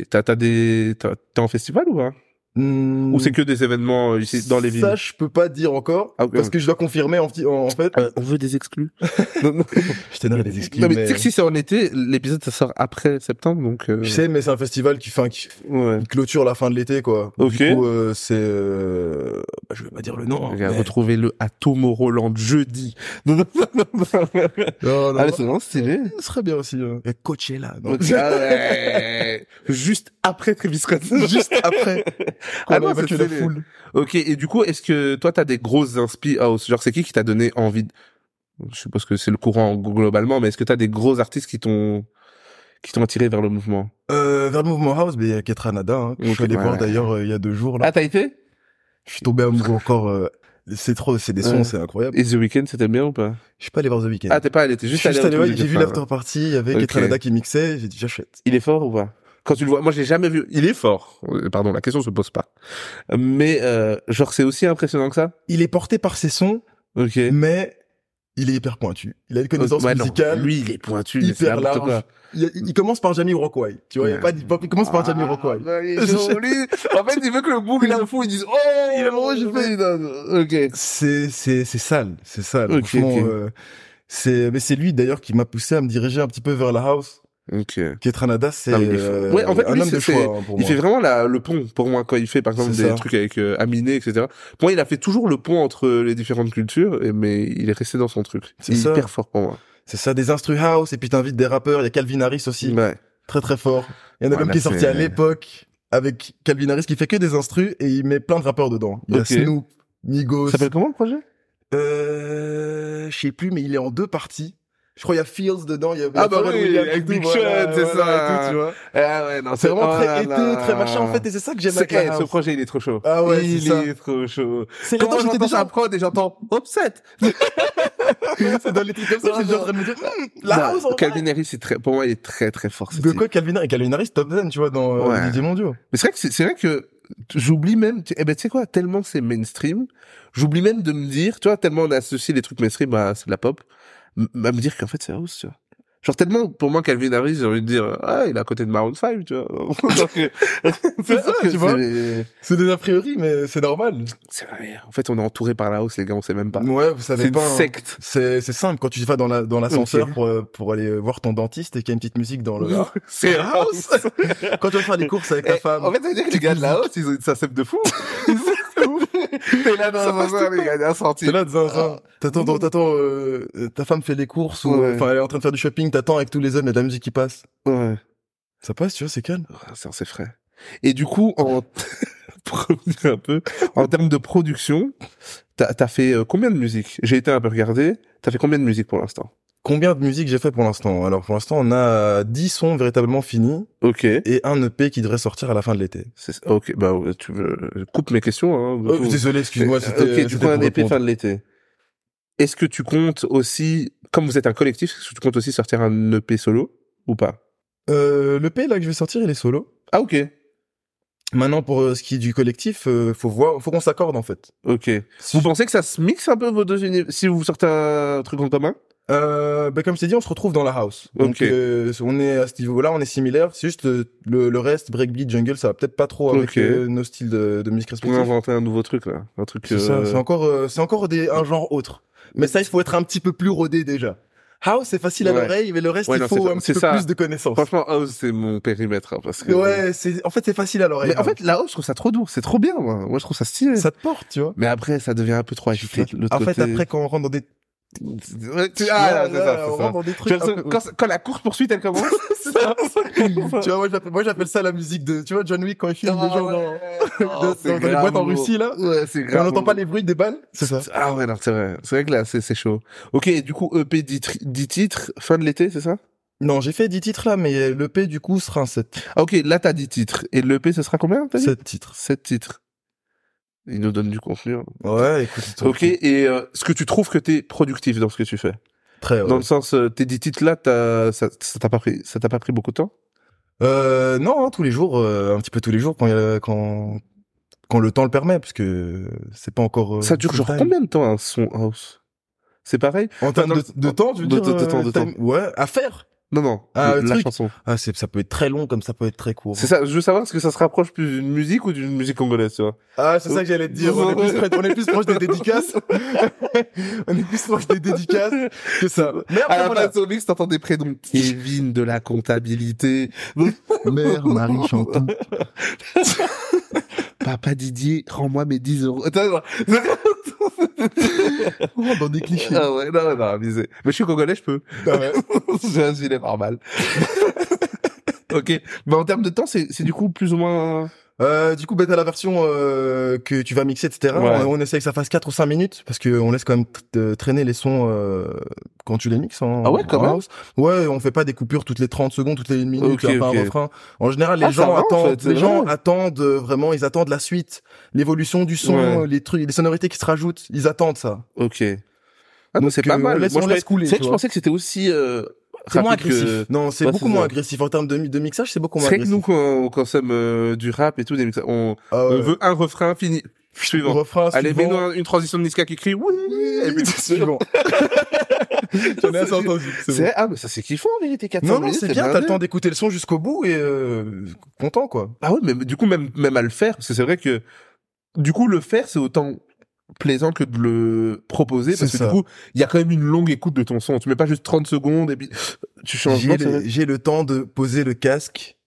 Speaker 2: Ok. T'as, t'as des, t'as- t'es en festival ou pas
Speaker 3: Hmm.
Speaker 2: Ou c'est que des événements euh, ici dans les villes
Speaker 3: Ça, je peux pas dire encore
Speaker 2: Ah, ok.
Speaker 3: parce que je dois confirmer en, en- en fait.
Speaker 2: Euh, On veut des exclus. non, non.
Speaker 3: Je te donnerai des excuses.
Speaker 2: Non, mais,
Speaker 3: mais-
Speaker 2: tu sais que si c'est en été, l'épisode ça sort après septembre, donc. euh,
Speaker 3: Je sais, mais c'est un festival qui, fin, qui
Speaker 2: Ouais.
Speaker 3: clôture la fin de l'été, quoi.
Speaker 2: Ok.
Speaker 3: Du coup, euh, c'est. euh, bah, je vais pas dire le nom. hein,
Speaker 2: Regarde,
Speaker 3: mais-
Speaker 2: Retrouvez-le à Tomorrowland jeudi. Non, non, non, non, non.
Speaker 3: Non, non,
Speaker 2: Ah, mais c'est vraiment stylé.
Speaker 3: Ce serait bien aussi. hein. Et Coachella. non.
Speaker 2: Donc, ah ouais. Juste après Travis Scott.
Speaker 3: Juste après. qu'on
Speaker 2: Ah non,
Speaker 3: a évacué
Speaker 2: c'est
Speaker 3: la
Speaker 2: stylé.
Speaker 3: foule.
Speaker 2: Ok, et du coup, est-ce que toi, t'as des grosses inspi house Genre, c'est qui qui t'a donné envie de- Je suppose que c'est le courant globalement, mais est-ce que t'as des gros artistes qui t'ont qui t'ont attiré vers le mouvement
Speaker 3: Euh, vers le mouvement house, mais il y a Ketra Nada, hein, que je
Speaker 2: Ok,
Speaker 3: suis allé
Speaker 2: ouais,
Speaker 3: voir
Speaker 2: ouais.
Speaker 3: d'ailleurs euh, il y a deux jours. Là.
Speaker 2: Ah, t'as été
Speaker 3: je suis tombé amoureux encore. euh, c'est trop, c'est des sons,
Speaker 2: Ouais.
Speaker 3: c'est incroyable.
Speaker 2: Et The Weeknd, c'était bien ou pas
Speaker 3: Je suis pas allé voir The Weeknd.
Speaker 2: Ah, t'es pas allé, t'es juste
Speaker 3: Je suis
Speaker 2: allé.
Speaker 3: juste allé
Speaker 2: au
Speaker 3: voir,
Speaker 2: truc
Speaker 3: j'ai
Speaker 2: du
Speaker 3: vu
Speaker 2: fin,
Speaker 3: l'after party, il y avait
Speaker 2: Ok.
Speaker 3: Ketra Nada qui mixait, j'ai dit j'achète.
Speaker 2: Il est fort ou pas Quand tu le vois, moi j'ai jamais vu. Il est fort. Euh, Pardon, la question se pose pas. Mais euh, genre c'est aussi impressionnant que ça.
Speaker 3: il est porté par ses sons,
Speaker 2: Ok.
Speaker 3: mais il est hyper pointu. Il a une connaissance
Speaker 2: Ouais, non.
Speaker 3: musicale.
Speaker 2: Lui, il est pointu. mais c'est
Speaker 3: Hyper
Speaker 2: n'importe quoi.
Speaker 3: large. Il, il commence par Jamie Rockway. Tu vois, il, y a pas, il il commence par Jamie Rockway.
Speaker 2: bah, il est joli. en fait, il veut que le bourg il a le fou, il dise Oh, il
Speaker 3: est drôle, j'ai fait-
Speaker 2: Ok.
Speaker 3: C'est, c'est, c'est sale. C'est sale.
Speaker 2: Ok,
Speaker 3: Franchement,
Speaker 2: ok.
Speaker 3: euh, c'est, mais c'est lui d'ailleurs qui m'a poussé à me diriger un petit peu vers la house.
Speaker 2: Ok.
Speaker 3: Ketranada, c'est
Speaker 2: Non, Ah, mais il est fou.
Speaker 3: euh,
Speaker 2: Ouais, en fait,
Speaker 3: un
Speaker 2: lui,
Speaker 3: homme de
Speaker 2: c'est-
Speaker 3: choix hein, pour
Speaker 2: Il
Speaker 3: moi.
Speaker 2: fait vraiment la- le pont pour moi quand il fait par exemple
Speaker 3: C'est
Speaker 2: des
Speaker 3: ça.
Speaker 2: trucs avec euh, Aminé, etc. Pour moi, il a fait toujours le pont entre euh, les différentes cultures, et- mais il est resté dans son truc.
Speaker 3: C'est
Speaker 2: Il est
Speaker 3: ça.
Speaker 2: hyper fort pour moi.
Speaker 3: C'est ça, des instru house et puis t'invites des rappeurs. Il y a Calvin Harris aussi,
Speaker 2: Ouais.
Speaker 3: très très fort. Il y en
Speaker 2: Mm.
Speaker 3: a
Speaker 2: Ouais,
Speaker 3: même
Speaker 2: là,
Speaker 3: qui est sorti à
Speaker 2: c'est-
Speaker 3: l'époque avec Calvin Harris qui fait que des instrus et il met plein de rappeurs dedans. Il y a
Speaker 2: Ok.
Speaker 3: Snoop, Migos.
Speaker 2: Ça s'appelle comment le projet
Speaker 3: Euh, je sais plus, mais il est en deux parties. Je crois il y a Fields dedans, il y a
Speaker 2: Ah bah
Speaker 3: Pharrell
Speaker 2: oui,
Speaker 3: Williams,
Speaker 2: avec
Speaker 3: tout,
Speaker 2: Big
Speaker 3: voilà,
Speaker 2: Sean, c'est
Speaker 3: voilà,
Speaker 2: ça.
Speaker 3: et tout, tu vois.
Speaker 2: Ah ouais, non,
Speaker 3: C'est vraiment
Speaker 2: oh
Speaker 3: très
Speaker 2: là
Speaker 3: été,
Speaker 2: là.
Speaker 3: très machin en fait, et c'est ça que j'aime
Speaker 2: C'est-
Speaker 3: avec la
Speaker 2: eh, ce
Speaker 3: house.
Speaker 2: projet, il est trop chaud.
Speaker 3: Ah ouais,
Speaker 2: il
Speaker 3: c'est ça.
Speaker 2: est trop chaud.
Speaker 3: C'est
Speaker 2: Quand
Speaker 3: quand
Speaker 2: j'entends
Speaker 3: j'étais
Speaker 2: déjà
Speaker 3: déjà
Speaker 2: un prod et j'entends Offset,
Speaker 3: c'est dans les trucs comme ça, j'étais déjà en train de me dire
Speaker 2: Bah,
Speaker 3: hum, la
Speaker 2: Non,
Speaker 3: house en vrai.
Speaker 2: Calvin Harris, c'est très, pour moi, il est très très fort. ce
Speaker 3: De
Speaker 2: type.
Speaker 3: quoi Calvin Harris, Calvin Harris top 10, tu vois dans euh,
Speaker 2: Ouais.
Speaker 3: les DJ mondiaux.
Speaker 2: Mais c'est vrai que c'est c'est vrai que t- j'oublie même. tu- Eh ben tu sais quoi Tellement c'est mainstream, j'oublie même de me dire, tu vois, tellement on associe les trucs mainstream à c'est de la pop, m- à me dire qu'en fait c'est house, tu vois. Genre tellement pour moi Calvin Harris, j'ai envie de dire, ah il est à côté de Maroon 5, tu vois. Genre que-
Speaker 3: C'est ça,
Speaker 2: sûr que
Speaker 3: tu vois.
Speaker 2: c'est-
Speaker 3: C'est des a priori mais c'est normal.
Speaker 2: C'est vrai. En fait, on est entouré par la hausse, les gars, on sait même pas.
Speaker 3: Ouais,
Speaker 2: Ah.
Speaker 3: vous
Speaker 2: C'est
Speaker 3: savez
Speaker 2: une
Speaker 3: pas. hein.
Speaker 2: secte.
Speaker 3: C'est c'est simple quand tu vas dans la dans l'ascenseur pour euh, pour aller voir ton dentiste et qu'il y a une petite musique
Speaker 2: Oh
Speaker 3: dans le
Speaker 2: C'est house.
Speaker 3: quand tu vas faire des courses avec ta
Speaker 2: Eh,
Speaker 3: femme.
Speaker 2: En fait, ça veut dire que les gars de la hausse, ils ont une sacep de fou. T'es là dans
Speaker 3: Ça
Speaker 2: un
Speaker 3: passe
Speaker 2: endroit,
Speaker 3: tout
Speaker 2: les gars, d'un
Speaker 3: C'est
Speaker 2: centime.
Speaker 3: là, zinzin. T'attends, t'attends, t'attends, euh, ta femme fait les courses ou, euh,
Speaker 2: Ouais.
Speaker 3: enfin, elle est en train de faire du shopping, t'attends avec tous les hommes, il y a de la musique qui passe.
Speaker 2: Ouais.
Speaker 3: Ça passe, tu vois, c'est calme.
Speaker 2: Ah, C'est c'est frais. Et du coup, en pour revenir un peu, en termes de production, t'as as fait euh, combien de musique J'ai été un peu regardé. T'as fait combien de musique pour l'instant
Speaker 3: Combien de musique j'ai fait pour l'instant? Alors, pour l'instant, on a 10 sons véritablement finis
Speaker 2: Ok.
Speaker 3: et un EP qui devrait sortir à la fin de l'été.
Speaker 2: C'est- Ok. Bah ouais, tu veux je coupe mes questions. Hein,
Speaker 3: Oh,
Speaker 2: Tout.
Speaker 3: désolé, excuse-moi, c'était, euh,
Speaker 2: ok. Du
Speaker 3: c'était
Speaker 2: coup,
Speaker 3: pour
Speaker 2: un EP
Speaker 3: répondre.
Speaker 2: fin de l'été. Est-ce que tu comptes aussi, comme vous êtes un collectif, est-ce que tu comptes aussi sortir un EP solo ou pas
Speaker 3: Euh, l'EP, là, que je vais sortir, il est solo.
Speaker 2: Ah ok.
Speaker 3: Maintenant, pour euh, ce qui est du collectif, euh, faut voir, faut qu'on s'accorde en fait.
Speaker 2: Ok. Vous pensez que ça se mixe un peu vos deux univers si vous sortez un truc en commun
Speaker 3: Euh, ben, comme je t'ai dit, on se retrouve dans la house. Donc
Speaker 2: Ok.
Speaker 3: euh, on est à ce niveau-là, on est similaire. C'est juste euh, le, le reste, breakbeat, jungle, ça va peut-être pas trop avec
Speaker 2: Ok.
Speaker 3: euh, nos styles de, de musique
Speaker 2: Vous
Speaker 3: respectifs.
Speaker 2: inventez un nouveau truc là, un truc.
Speaker 3: C'est ça,
Speaker 2: euh,
Speaker 3: c'est encore, euh, c'est encore des, un genre autre. Mais ça, il faut être un petit peu plus rodé déjà. House, c'est facile à
Speaker 2: Ouais.
Speaker 3: l'oreille, mais le reste,
Speaker 2: Ouais,
Speaker 3: il
Speaker 2: non, c'est
Speaker 3: faut
Speaker 2: ça-
Speaker 3: un
Speaker 2: c'est
Speaker 3: petit peu
Speaker 2: ça.
Speaker 3: plus de connaissances.
Speaker 2: Franchement, house c'est mon périmètre hein, parce que.
Speaker 3: Ouais, c'est, en fait, c'est facile à l'oreille.
Speaker 2: Mais en
Speaker 3: House.
Speaker 2: fait, la house, je trouve ça trop lourd. C'est trop bien, moi. Moi, je trouve ça stylé.
Speaker 3: ça te porte, tu vois.
Speaker 2: Mais après, ça devient un peu trop agité. l'autre
Speaker 3: En fait,
Speaker 2: côté.
Speaker 3: après, quand on rentre dans des,
Speaker 2: Ouais, tu- Ah, là, c'est
Speaker 3: Là,
Speaker 2: ça,
Speaker 3: là, on
Speaker 2: c'est ça.
Speaker 3: rentre dans des trucs.
Speaker 2: J'ai
Speaker 3: un
Speaker 2: l'impression
Speaker 3: peu-
Speaker 2: que Quand, quand la course poursuite, elle commence.
Speaker 3: C'est ça. tu vois, moi, j'appelle, moi, j'appelle ça la musique de, tu vois, John Wick quand il filme
Speaker 2: Ah,
Speaker 3: des gens dans, dans- dans les boîtes en Russie, là.
Speaker 2: Ouais, c'est
Speaker 3: Et on
Speaker 2: Oh, grave.
Speaker 3: n'entend pas
Speaker 2: lourd.
Speaker 3: les bruits des balles. C'est ça.
Speaker 2: Ah ouais, non, c'est vrai. C'est vrai que là, c'est c'est chaud. Ok, du coup, EP 10, tri- 10 titres, fin de l'été, c'est ça
Speaker 3: Non, j'ai fait 10 titres là, mais l'EP du coup sera un 7.
Speaker 2: Ah ok, là, t'as 10 titres. Et l'EP, ce sera combien, t'as dit
Speaker 3: 7 titres.
Speaker 2: 7 titres. Il nous donne du contenu. hein.
Speaker 3: Ouais, écoute.
Speaker 2: Ok, et euh, est-ce que tu trouves que t'es productif dans ce que tu fais
Speaker 3: Très, ouais.
Speaker 2: Dans le sens, euh, tes 10 titres là, t'as- ça ça t'a pas pris, ça t'a pas pris beaucoup de temps
Speaker 3: Euh, non, hein, tous les jours, euh, un petit peu tous les jours quand, il y a- quand, quand le temps le permet, parce que c'est pas encore. euh,
Speaker 2: Ça dure
Speaker 3: full
Speaker 2: genre
Speaker 3: time.
Speaker 2: combien de temps un son house C'est pareil
Speaker 3: En termes de, de temps, tu veux
Speaker 2: De-
Speaker 3: dire
Speaker 2: de- de
Speaker 3: euh,
Speaker 2: temps, de
Speaker 3: time- Ouais, à faire.
Speaker 2: Non non,
Speaker 3: Ah,
Speaker 2: le-
Speaker 3: le
Speaker 2: la
Speaker 3: truc.
Speaker 2: chanson.
Speaker 3: Ah, c'est, ça peut être très long comme ça peut être très court.
Speaker 2: C'est ça, je veux savoir est-ce que ça se rapproche plus d'une musique ou d'une musique congolaise, tu vois.
Speaker 3: Ah, c'est ça que j'allais te dire. On est plus, près- on est plus proche des dédicaces. on est plus proche des dédicaces que ça. Mais
Speaker 2: À
Speaker 3: après,
Speaker 2: la
Speaker 3: voilà.
Speaker 2: place de Mix, t'entends des prénoms. Kevin de la comptabilité,
Speaker 3: Mère, Marie, Chantin.
Speaker 2: papa Didier, rends-moi mes 10 euros. Attends, non.
Speaker 3: dans des clichés.
Speaker 2: ah ouais, non, non, non, abusé. Mais je suis congolais, je peux. J'ai un gilet par balle. ok, mais en termes de temps, c'est c'est du coup plus ou moins...
Speaker 3: Euh, du coup, bah, t'as la version euh, que tu vas mixer, etc.
Speaker 2: Ouais.
Speaker 3: On, on essaie que ça fasse 4 ou 5 minutes, parce que on laisse quand même t- euh, traîner les sons euh, quand tu les mixes hein, en,
Speaker 2: Ah ouais, quand
Speaker 3: en
Speaker 2: même
Speaker 3: house. Ouais, on fait pas des coupures toutes les 30 secondes, toutes les minutes,
Speaker 2: Ok,
Speaker 3: il y a pas
Speaker 2: ok.
Speaker 3: un refrain. En général, les
Speaker 2: Ah, ça
Speaker 3: gens
Speaker 2: va, en
Speaker 3: attendent,
Speaker 2: fait, c'est
Speaker 3: les gens
Speaker 2: vrai.
Speaker 3: attendent euh, vraiment, ils attendent la suite, l'évolution du son,
Speaker 2: Ouais.
Speaker 3: euh, les trucs, les sonorités qui se rajoutent, ils attendent ça.
Speaker 2: Ok. Ah, donc
Speaker 3: Donc,
Speaker 2: c'est pas
Speaker 3: euh, on
Speaker 2: mal.
Speaker 3: laisse-
Speaker 2: Moi,
Speaker 3: on
Speaker 2: je
Speaker 3: laisse
Speaker 2: pensais-
Speaker 3: couler,
Speaker 2: C'est vrai
Speaker 3: tu
Speaker 2: que je
Speaker 3: vois.
Speaker 2: pensais que c'était aussi... euh,
Speaker 3: C'est moins
Speaker 2: rapide que-
Speaker 3: agressif. Non, c'est
Speaker 2: Ouais,
Speaker 3: beaucoup
Speaker 2: c'est
Speaker 3: moins
Speaker 2: ça.
Speaker 3: agressif en termes de, mi- de mixage, c'est beaucoup
Speaker 2: C'est
Speaker 3: moins
Speaker 2: vrai que
Speaker 3: agressif.
Speaker 2: nous, quand on consomme euh, du rap et tout, des mix- on,
Speaker 3: Ah ouais.
Speaker 2: on veut un refrain fini. Suivant.
Speaker 3: refrain
Speaker 2: Allez,
Speaker 3: suivant.
Speaker 2: mets-nous un- une transition de Niska qui crie oui.
Speaker 3: Et puis suivant. J'en ai assez entendu. c'est bon.
Speaker 2: C'est ah mais ça c'est kiffant en vérité 400
Speaker 3: Non, non,
Speaker 2: minutes,
Speaker 3: c'est bien, t'as le
Speaker 2: blindé.
Speaker 3: temps d'écouter le son jusqu'au bout et euh, content, quoi.
Speaker 2: Ah ouais, mais du coup même même à le faire parce que c'est vrai que du coup le faire c'est autant plaisant que de le proposer parce
Speaker 3: C'est
Speaker 2: que du
Speaker 3: ça.
Speaker 2: coup il y a quand même une longue écoute de ton son. Tu mets pas juste 30 secondes et puis tu changes.
Speaker 3: J'ai
Speaker 2: Non, c'est vrai.
Speaker 3: le, j'ai le temps de poser le casque,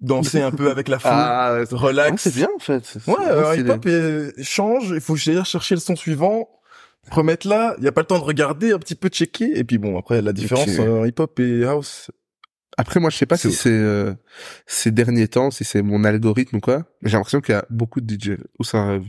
Speaker 3: danser un peu avec la foule,
Speaker 2: Ah ouais, c'est-
Speaker 3: relax.
Speaker 2: ouais, c'est bien en fait.
Speaker 3: Ouais, euh,
Speaker 2: c'est
Speaker 3: hip-hop euh, change, il faut chercher chercher le son suivant, remettre là, il y a pas le temps de regarder, un petit peu checker, et puis bon, après, la différence
Speaker 2: Ok.
Speaker 3: euh, hip-hop et house.
Speaker 2: Après, moi, je sais pas
Speaker 3: C'est
Speaker 2: si
Speaker 3: ouf.
Speaker 2: c'est euh, ces derniers temps, si c'est mon algorithme ou quoi. mais J'ai l'impression qu'il y a beaucoup de DJ ou c'est un rêve.